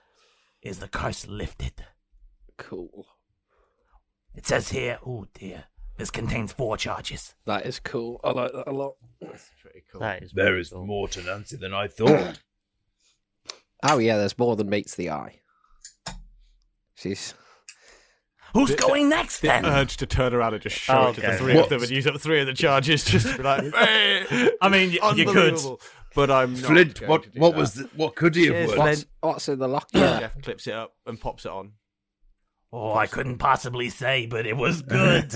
is the curse lifted.
Cool.
It says here, oh dear, this contains four charges.
That is cool. I like that a lot.
That is
There is more to Nancy than I thought.
Oh yeah, there's more than meets the eye. She's
Who's going next
The
then?
urge to turn around and just show it to the
Okay.
three
What?
of them and use up three of the charges just to be like, hey,
I mean, y- you could.
unbelievable. But I'm not
Flint,
going
what-
to do
what
that.
was the- what could he have
Cheers,
won?
Flint.
What's in the locker?
Jeff clips it up and pops it on.
Oh, I couldn't possibly say, but it was good.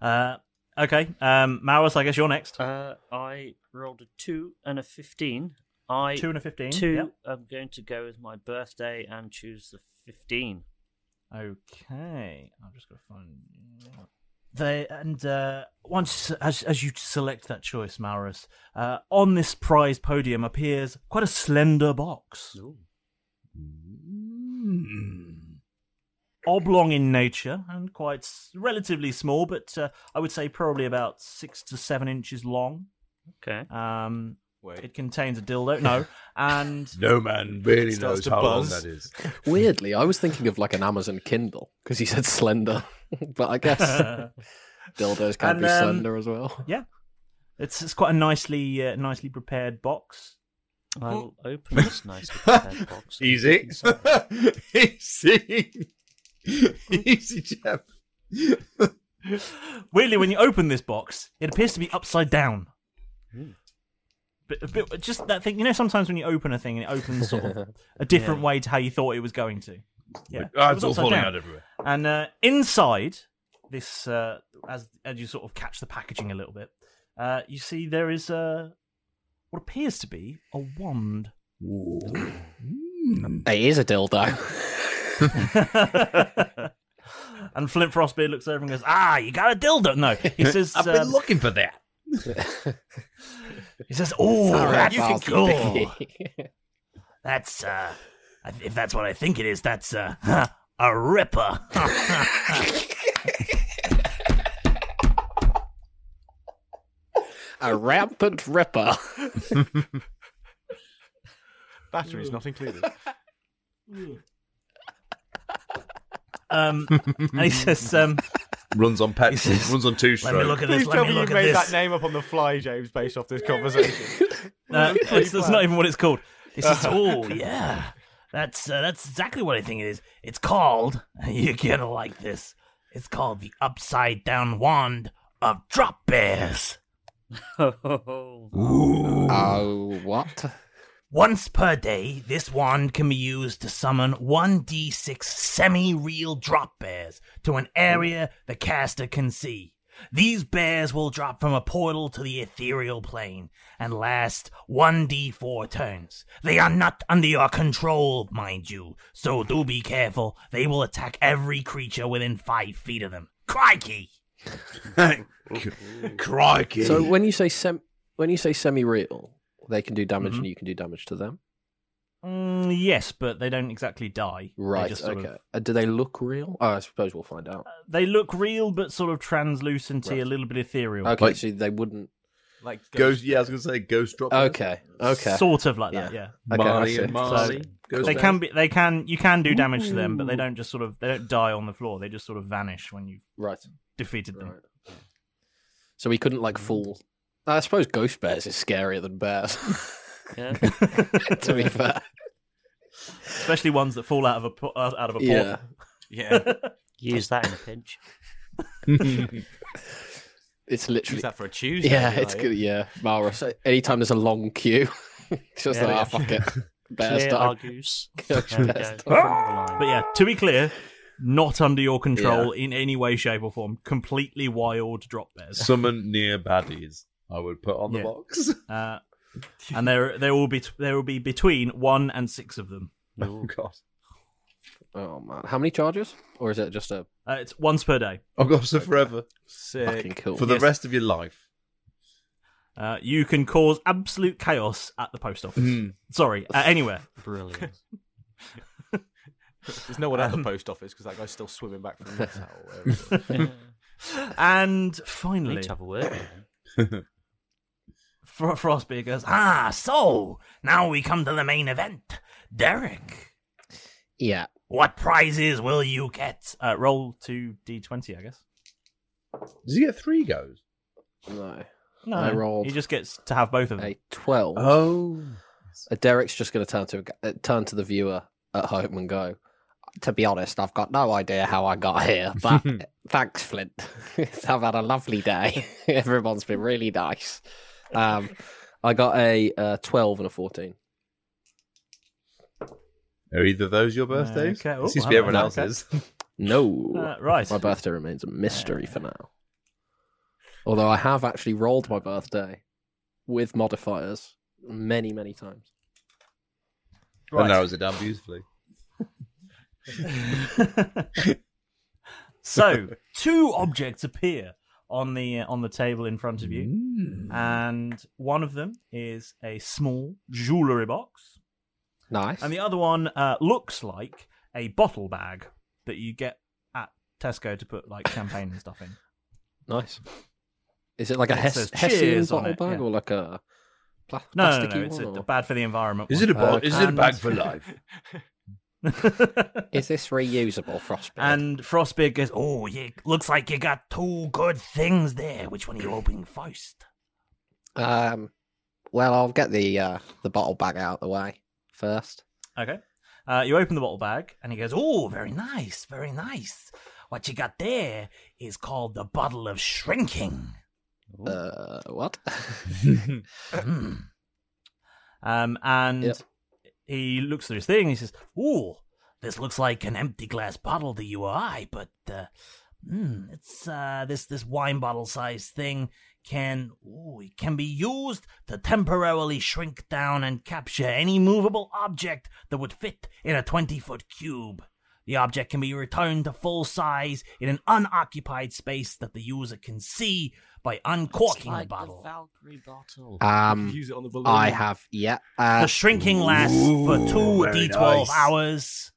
Uh, okay, um, Maurus, I guess you're next.
Uh, I rolled a 2 and a 15. I
Two and a 15,
2.
yep.
I'm going to go with my birthday and choose the 15.
Okay, I'm just gonna find. They and uh, once as as you select that choice, Maurus, uh, on this prize podium appears quite a slender box, oblong in nature and quite s- relatively small, but uh, I would say probably about six to seven inches long.
Okay.
Um, it contains a dildo. No, and
No man really knows how long that is.
Weirdly, I was thinking of like an Amazon Kindle because he said slender, but I guess dildos can
And,
be
um,
slender as well.
Yeah, it's it's quite a nicely uh, nicely prepared box.
I will open this nicely prepared box. and
Easy.
look inside.
Easy. Easy, Jeff.
Weirdly, when you open this box, it appears to be upside down.
Hmm.
But, but just that thing, you know, sometimes when you open a thing and it opens sort of a different
Yeah.
way to how you thought it was going to. Yeah,
Like, ah,
It
it's
was
all
upside
falling
down.
out everywhere.
And uh, inside this, uh, as as you sort of catch the packaging a little bit, uh, you see there is uh, what appears to be a wand.
It is a dildo.
And Flint Frostbeard looks over and goes, "Ah, you got a dildo?" No, he says, uh,
I've been
looking for that."
He says, "Oh,
Sorry,
that's
you can
cool.
keep
that's uh, I- if that's what I think it is, that's uh, a ripper." Uh,
a rampant ripper.
Batteries not included.
Um, and he says, um,
runs on pets. runs on two strokes.
Please tell me you made that name up on the fly, James, based off this conversation.
no,
Really
that's, that's
pre-planned.
not even what it's called.
He
He
says,
says,
"Oh,
"Oh
yeah,
yeah,
That's uh, that's exactly what I think it is. It's called. You're gonna like this. It's called the upside down wand of drop bears.
Oh, what?
Once per day, this wand can be used to summon 1d6 semi real drop bears to an area the caster can see. These bears will drop from a portal to the ethereal plane and last 1d4 turns. They are not under your control, mind you, so do be careful. They will attack every creature within 5 feet of them. Crikey!
Crikey! So when you say sem- when you say semi-real, they can do damage
Mm-hmm.
and you can do damage to them,
Mm, yes, but they don't exactly die. They
right?
just sort of-
Okay. Uh, do they look real? Oh, I suppose we'll find out.
they look real, but sort of translucenty, a little bit ethereal.
Okay, so they wouldn't.
Like
Ghost. Yeah, I was gonna say ghost drop.
Okay. Okay.
Sort of like that, yeah.
Marley
I see.
and Marley.
So
Ghost
they
bears.
can be, they can, you can do damage to them, but they don't just sort of, they don't die on the floor. They just sort of vanish when you
right
defeated them.
So we couldn't like fool. I suppose ghost bears is scarier than bears. to be fair.
especially ones that fall out of a po- out out of a
Yeah.
portal.
Yeah.
Use that in a pinch.
it's literally
Use that for a Tuesday,
Yeah,
like.
it's good. Yeah, Mara. So anytime there's a long queue, it's just
Yeah.
like, ah, fuck it. Bears
Clear
time.
our goose.
Ghost
There we
bears
go.
time.
But yeah, to be clear, not under your control in any way, shape, or form. Completely wild drop bears.
Summon near baddies. I would put on the
Yeah.
box.
Uh, and there, there will be there will be between one and six of them.
Oh god.
Oh man, how many charges? Or is it just a?
Uh, it's once per day.
Oh god, so forever.
Sick.
Fucking cool.
For the
Yes.
rest of your life.
Uh, you can cause absolute chaos at the post office.
Mm.
Sorry, uh, anywhere.
Brilliant.
There's no one at the
Um,
post office because that guy's still swimming back from the or whatever. it was.
and finally,
Need to have a word with him.
Fro- Frostbeard goes, Ah, so now we come to the main event. Derek,
Yeah.
what prizes will you get?
Uh, roll two d20, I guess.
Does he get three goes?
No.
No,
I rolled.
He just gets to have both of them.
A twelve.
Oh.
uh, Derek's just going to turn to uh, turn to the viewer at home and go. To be honest, I've got no idea how I got here, but thanks, Flint. I've had a lovely day. Everyone's been really nice. Um, I got a uh, twelve and a fourteen.
Are either of those your birthdays?
Okay.
It seems to
Oh,
be everyone
okay.
else's.
No.
Uh, right.
My birthday remains a mystery for now. Although I have actually rolled my birthday with modifiers many, many times.
And narrows it down beautifully.
So two objects appear on the uh, on the table in front of you,
Mm.
and one of them is a small jewellery box.
Nice.
And the other one uh, looks like a bottle bag that you get at Tesco to put like champagne and stuff in.
Nice. Is it like a
It
Hess-
says
Hessian
cheers on
bottle
it,
bag
yeah.
or like a pla-
No, no,
plasticky
no, no, it's
one?
a,
or-
bad for the environment.
Is it
one. Uh,
a bo- is it a bag for
And-
life?
Is this reusable, Frostbite?
And Frostbeard goes,
Oh, you, looks like you got two good things there. Which one are you opening first?
Um, well, I'll get the uh, the bottle bag out of the way first.
Okay. Uh, you open the bottle bag,
And he goes, Oh, very nice, very nice. What you got there is called the bottle of shrinking.
Uh, what?
Hmm. um, and
Yep.
he looks through his thing. And he says,
Ooh, this looks like an empty glass bottle to you or I, but uh, mm, it's uh, this this wine bottle size thing can ooh, it can be used to temporarily shrink down and capture any movable object that would fit in a twenty foot cube. The object can be returned to full size in an unoccupied space that the user can see by uncorking the bottle.
Valkyrie bottle.
Um,
Use it on the balloon.
I have yeah. Uh,
the shrinking lasts for
ooh,
two
very
d12
nice.
hours.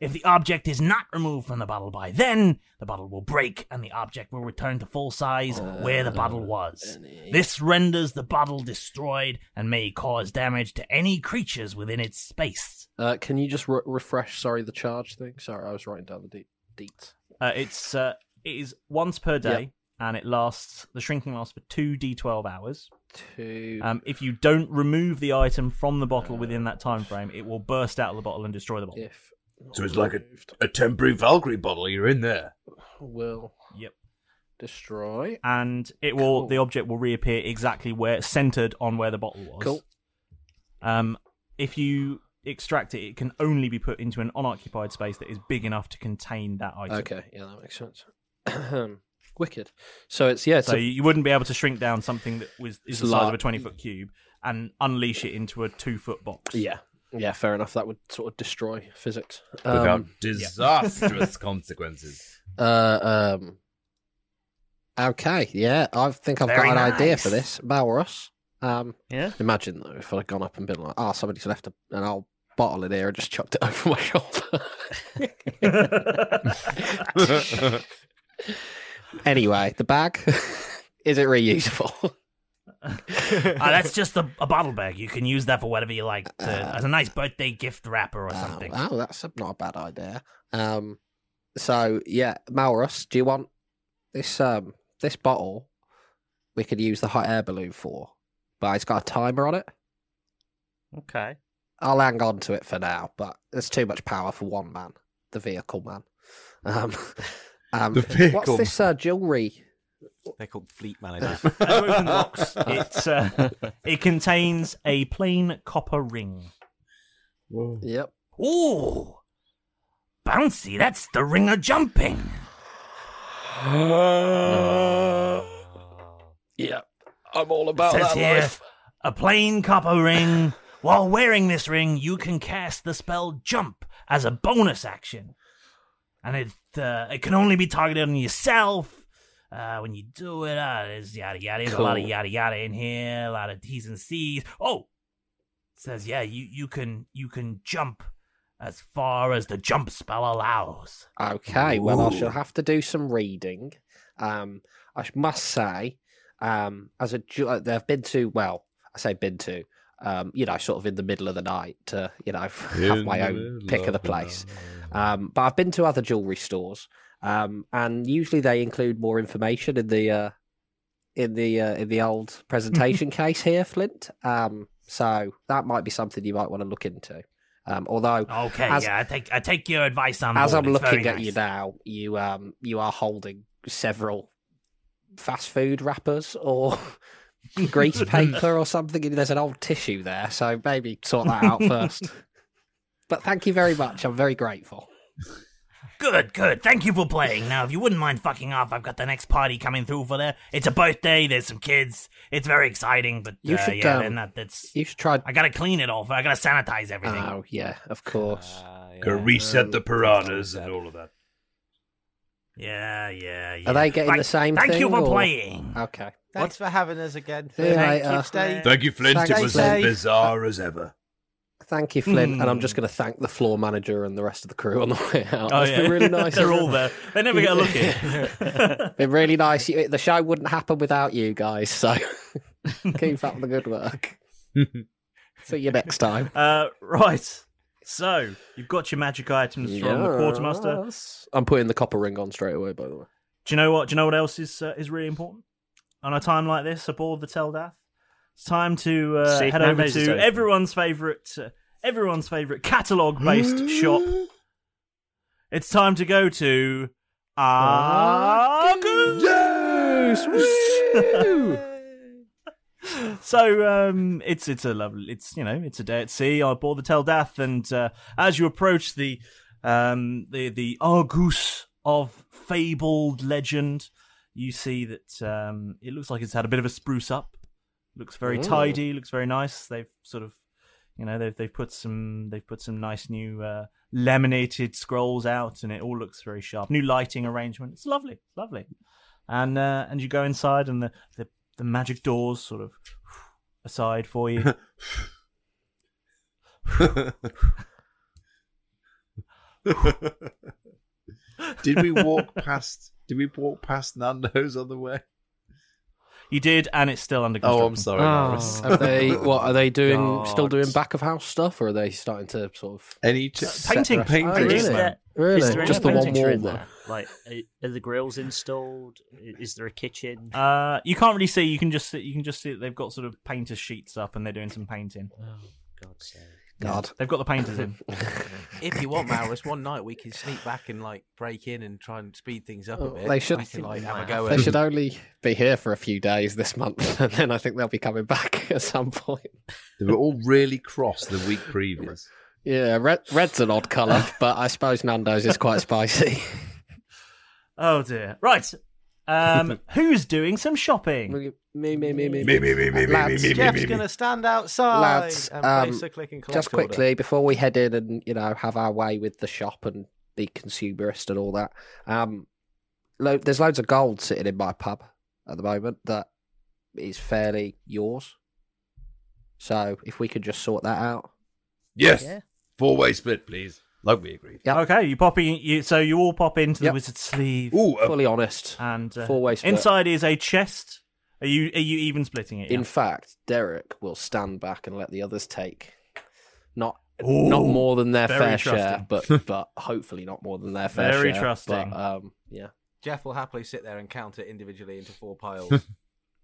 If the object is not removed from the bottle by then, the bottle will break and the object will return to full size where the bottle was. This renders the bottle destroyed and may cause damage to any creatures within its space.
Uh, can you just re- refresh? Sorry, the charge thing. Sorry, I was writing down the de- deets.
Uh, it's uh, it is once per day, and it lasts. The shrinking lasts for two d12 hours.
Two. Uh,
Um, if you don't remove the item from the bottle within that time frame, it will burst out of the bottle and destroy the bottle.
If
So it's like a, a temporary Valkyrie bottle. You're in there.
will.
Yep.
Destroy.
and it will the object will reappear exactly where centered on where the bottle was.
Cool.
Um, if you extract it, it can only be put into an unoccupied space that is big enough to contain that item.
Okay, yeah, that makes sense. Wicked. So it's yeah. It's
so
a-
you you wouldn't be able to shrink down something that was
It's
is the
lar-
size of a twenty foot cube and unleash it into a two foot box.
Yeah. Yeah, fair enough. That would sort of destroy physics.
Without
Um,
disastrous consequences.
Uh, um. Okay, yeah, I think I've
Very
got an idea
nice.
for this, Balrus. Um,
yeah.
Imagine though if I'd gone up and been like, "Oh, somebody's left a, an old bottle in here," and just chucked it over my shoulder. anyway, the bag is it reusable?
Uh, that's just a, a bottle bag. You can use that for whatever you like, to, as a nice birthday gift wrapper or something.
oh, that's a- not a bad idea. Um, so yeah, Malrus, do you want this um this bottle? We could use the hot air balloon for, but it's got a timer on it.
Okay.
I'll hang on to it for now, but it's too much power for one man, the vehicle man. Um, um,
The vehicle
What's this uh, jewelry?
They're called fleet managers.
Open box. It's, uh, it contains a plain copper ring.
Yep.
Ooh, bouncy! That's the ringer jumping.
yeah, I'm all
It says here, A plain copper ring. While wearing this ring, you can cast the spell Jump as a bonus action, and it uh, it can only be targeted on yourself. Uh, when you do it, uh, there's yada yada. There's a lot of
Cool.
yada yada in here. A lot of T's and C's. Oh, it says yeah, you you can you can jump as far as the jump spell allows.
Okay, well, I shall
Ooh.
have to do some reading. Um, I sh- must say, um, as a ju- uh, they've been to well, I say been to, um, you know, sort of in the middle of the night to you know have
In
my
the
own
middle
pick of the
of the
place. Um, but I've been to other jewelry stores, um, and usually they include more information in the uh, in the uh, in the old presentation case here, Flint. Um, so that might be something you might want to look into. Um, although,
Okay,
as-
yeah, I take I take your advice on
as
board.
I'm
It's very
looking at
nice.
you now, you um you are holding several fast food wrappers or grease paper or something. There's an old tissue there, so maybe sort that out first. but thank you very much. I'm very grateful.
Good, good. Thank you for playing. Now, if you wouldn't mind fucking off, I've got the next party coming through for there. It's a birthday. There's some kids. It's very exciting, but
You
uh,
should,
yeah,
um,
then that, that's.
You should try.
I gotta clean it all. I gotta sanitize everything.
Oh yeah, of course.
Go reset the piranhas and all of that.
yeah, yeah, yeah.
Are they getting
Right,
the same
Thank
thing?
you for
or-
playing.
Okay.
Thanks for having us again.
See you
Thank
later.
you, Steve.
Thank you, Flint.
uh, Thanks,
it was
Flint.
as bizarre as ever.
Thank you, Flint.
Hmm.
And I'm just going to thank the floor manager and the rest of the crew on the way out.
Oh,
It's
yeah.
been really nice.
They're
isn't
all
it?
there. They never get a look in.
been really nice. You- The show wouldn't happen without you guys. So keep up the good work. See you next time.
Uh, right. So you've got your magic items from the quartermaster.
Yes. I'm putting the copper ring on straight away. By the way,
Do you know what? Do you know what else is uh, is really important on a time like this aboard the Teldath? It's time to uh,
See if
head over
Nando's is
to
open.
everyone's favorite uh, everyone's favorite catalog based shop. It's time to go to Ah, Argus. So um, it's it's a lovely it's you know it's a day at sea. I bore the Teldath, and uh, as you approach the um, the the Argus of fabled legend, you see that um, it looks like it's had a bit of a spruce up. Looks very
Ooh.
tidy. Looks very nice. They've sort of you know they've they've put some they've put some nice new uh, laminated scrolls out, and it all looks very sharp. New lighting arrangement. It's lovely, it's lovely. And uh, and you go inside, and the, the the magic doors sort of aside for you.
Did we walk past? Did we walk past Nando's on the way?
You did, and it's still under
Oh,
construction.
I'm sorry, Norris.
Have they what are they doing? Still
God.
doing back of house stuff, or are they starting to sort of
any
painting?
Is there- is there any
Just the one
furniture
wall
in
though.
there? Like, are are the grills installed? I- Is there a kitchen?
Uh, you can't really see. You can just see, you can just see that they've got sort of painters sheets up, and they're doing some painting. Oh
God's sake!
God.
they've got the painters in.
If you want, Maurus, one night we can sneak back and like break in and try and speed things up a bit.
Oh, They should
We can, like, have a go
They
at-
should only be here for a few days this month, and then I think they'll be coming back at some point.
They were all really cross the week previous.
Yeah, red, red's an odd colour, but I suppose Nando's is quite spicy.
Oh dear. Right. Um, who's doing some shopping?
Me, me, me, me,
me,
me, me, me, Lads. me, me,
Jeff's
me, me.
gonna stand outside
Lads,
and
um,
place a click and collect
just
order.
quickly before we head in and you know have our way with the shop and be consumerist and all that. Um, lo- there's loads of gold sitting in my pub at the moment that is fairly yours. So if we could just sort that out,
Yes,
Yeah.
four way split, please, like we agreed.
Okay, you pop in. You, so you all pop into the wizard's sleeve.
Ooh, fully honest.
And uh,
Four-way split.
Inside is a chest. Are you are you even splitting it?
In
yeah?
fact, Derek will stand back and let the others take not not more than their
very
fair share,
trusting.
but but hopefully not more than their fair share.
Very trusting.
But, um, yeah.
Jeff will happily sit there and count it individually into four piles.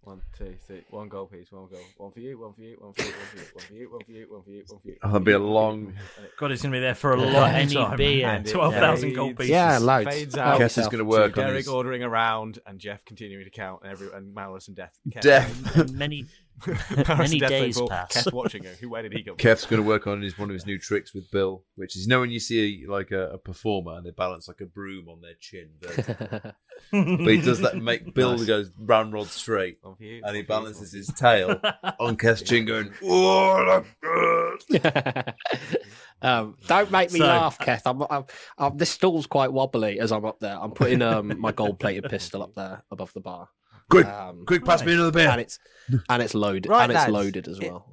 One, two, three. One gold piece. One gold. One for you. One for you. One for you. One for you. One for you. One for you. One for you. One for you.
That'll Oh, be a long.
God, it's gonna be there for a
Yeah.
long
Any
time.
beer. And it
Twelve thousand gold
fades.
pieces.
Yeah,
loads.
Fades
I
out.
guess it's gonna work
So
on
Derek
his-
ordering around and Jeff continuing to count and every and Malus and Death. Kev-
Death.
Malus
Many-
and Death
many
both
days
bought-
pass.
Kev watching her. Who? Where did he go?
Kev's going to work on his one of his new tricks with Bill, which is you know when you see like a, a performer and they balance like a broom on their chin, vertically? but he does that and make Bill
Nice.
goes round rod straight,
Of you,
and he
of you,
balances
of you.
his tail on Kev's chin, going, "Oh,
that Um, don't make me
So-
laugh, Keth. I'm, I'm, I'm, this stool's quite wobbly as I'm up there. I'm putting um, my gold-plated pistol up there above the bar. Um,
Quick, quick, pass me another beer.
And it's and it's loaded.
Right,
and it's
lads.
loaded as
It-
well.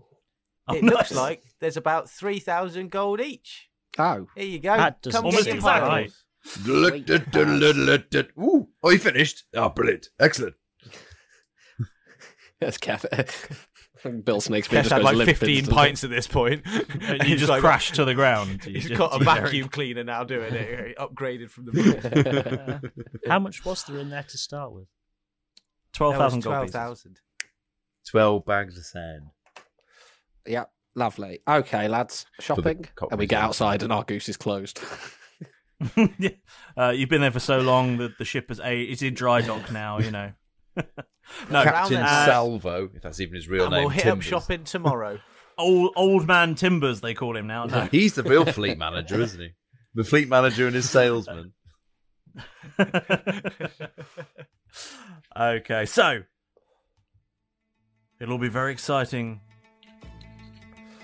It
Oh, nice.
looks like there's about three thousand gold each.
Oh,
Here you go.
That doesn't
Come
Almost
get your
exactly.
piles.
Ooh, oh, you finished?
Ah,
Oh, brilliant, excellent."
That's Keth. Bill snakes me.
Kev
just
had
goes
like
limp
15
instantly.
pints at this point.
And you
He's
just crash to the ground. You
He's
just-
got a
Derek.
vacuum cleaner now doing it, upgraded from the.
How much was there in there to start with?
Twelve thousand
That
gold
was
pieces.
12,000.
Twelve bags of sand.
Yep, lovely. Okay, lads, shopping,
cockroaches.
and we get outside, and our goose is closed.
Uh, you've been there for so long that the ship is a it's in dry dock now. You know. no,
Captain
uh,
Salvo, if that's even his real
And
name.
we'll hit up
Timbers.
shopping tomorrow.
Old old man Timbers, they call him now. No.
He's the real fleet manager, isn't he? The fleet manager and his salesman.
Okay, so it'll be very exciting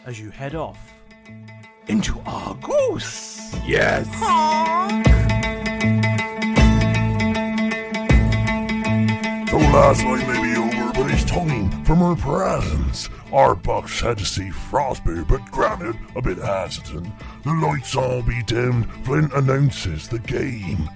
as you head off into Argus.
Yes.
Don't last night may be over, but it's time for more presents. Our bucks had to see Frostbeard, but granted, a bit hesitant. The lights all be dimmed. Flint announces the game.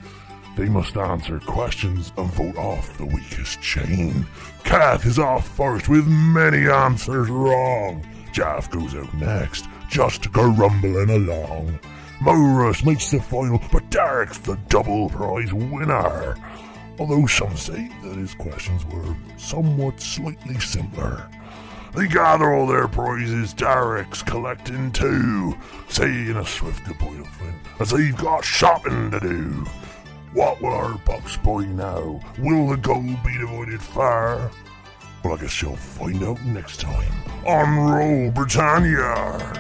They must answer questions and vote off the weakest chain. Kath is off first with many answers wrong. Jaff goes out next, just to go rumbling along. Morris makes the final, but Derek's the double prize winner. Although some say that his questions were somewhat slightly simpler. They gather all their prizes, Derek's collecting too, saying a swift goodbye to Flint, as they've got shopping to do. What will our bucks buy now? Will the gold be divided fair? Well, I guess you'll find out next time on Roll Britannia.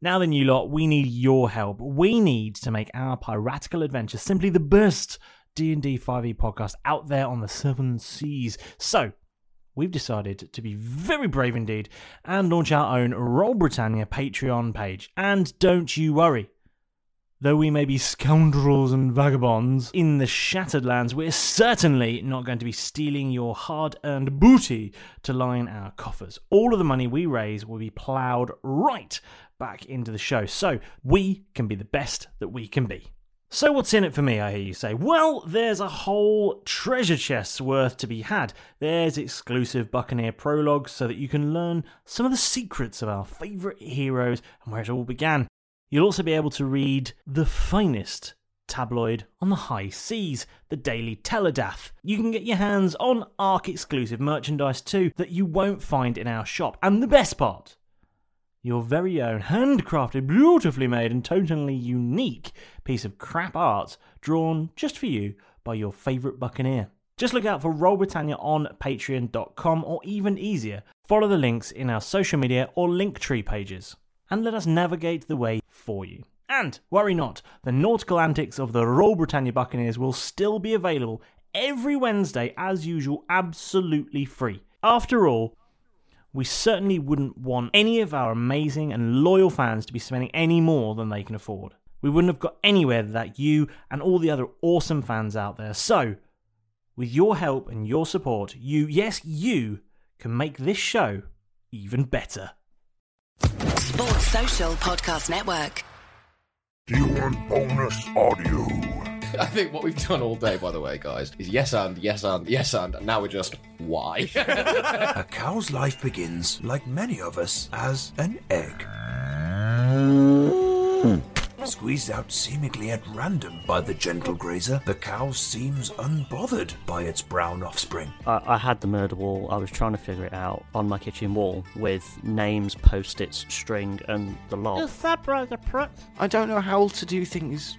Now then, you lot, we need your help. We need to make our piratical adventure simply the best D&D 5e E podcast out there on the seven seas. So, we've decided to be very brave indeed and launch our own Roll Britannia Patreon page. And don't you worry, Though we may be scoundrels and vagabonds, in the Shattered Lands, we're certainly not going to be stealing your hard earned booty to line our coffers. All of the money we raise will be ploughed right back into the show, so we can be the best that we can be. So, what's in it for me, I hear you say? Well, there's a whole treasure chest's worth to be had. There's exclusive Buccaneer prologues so that you can learn some of the secrets of our favourite heroes and where it all began. You'll also be able to read the finest tabloid on the high seas, the Daily Teledath. You can get your hands on ARC exclusive merchandise too that you won't find in our shop. And the best part, your very own handcrafted, beautifully made, and totally unique piece of crap art drawn just for you by your favourite buccaneer. Just look out for Roll Britannia on patreon.com or even easier, follow the links in our social media or Linktree pages and let us navigate the way for you. And worry not, the nautical antics of the Royal Britannia Buccaneers will still be available every Wednesday, as usual, absolutely free. After all, we certainly wouldn't want any of our amazing and loyal fans to be spending any more than they can afford. We wouldn't have got anywhere without you and all the other awesome fans out there. So, with your help and your support, you, yes, you, can make this show even better.
Sports Social Podcast Network.
Do you want bonus audio? I think what we've done all day, by the way, guys, is yes and, yes and, yes and, and now we're just why?
a cow's life begins, like many of us, as an egg. Squeezed out seemingly at random by the gentle grazer, the cow seems unbothered by its brown offspring.
I, I had the murder wall. I was trying to figure it out on my kitchen wall with names, post-its, string, and the lot.
that brother Pratt? I don't know how to do things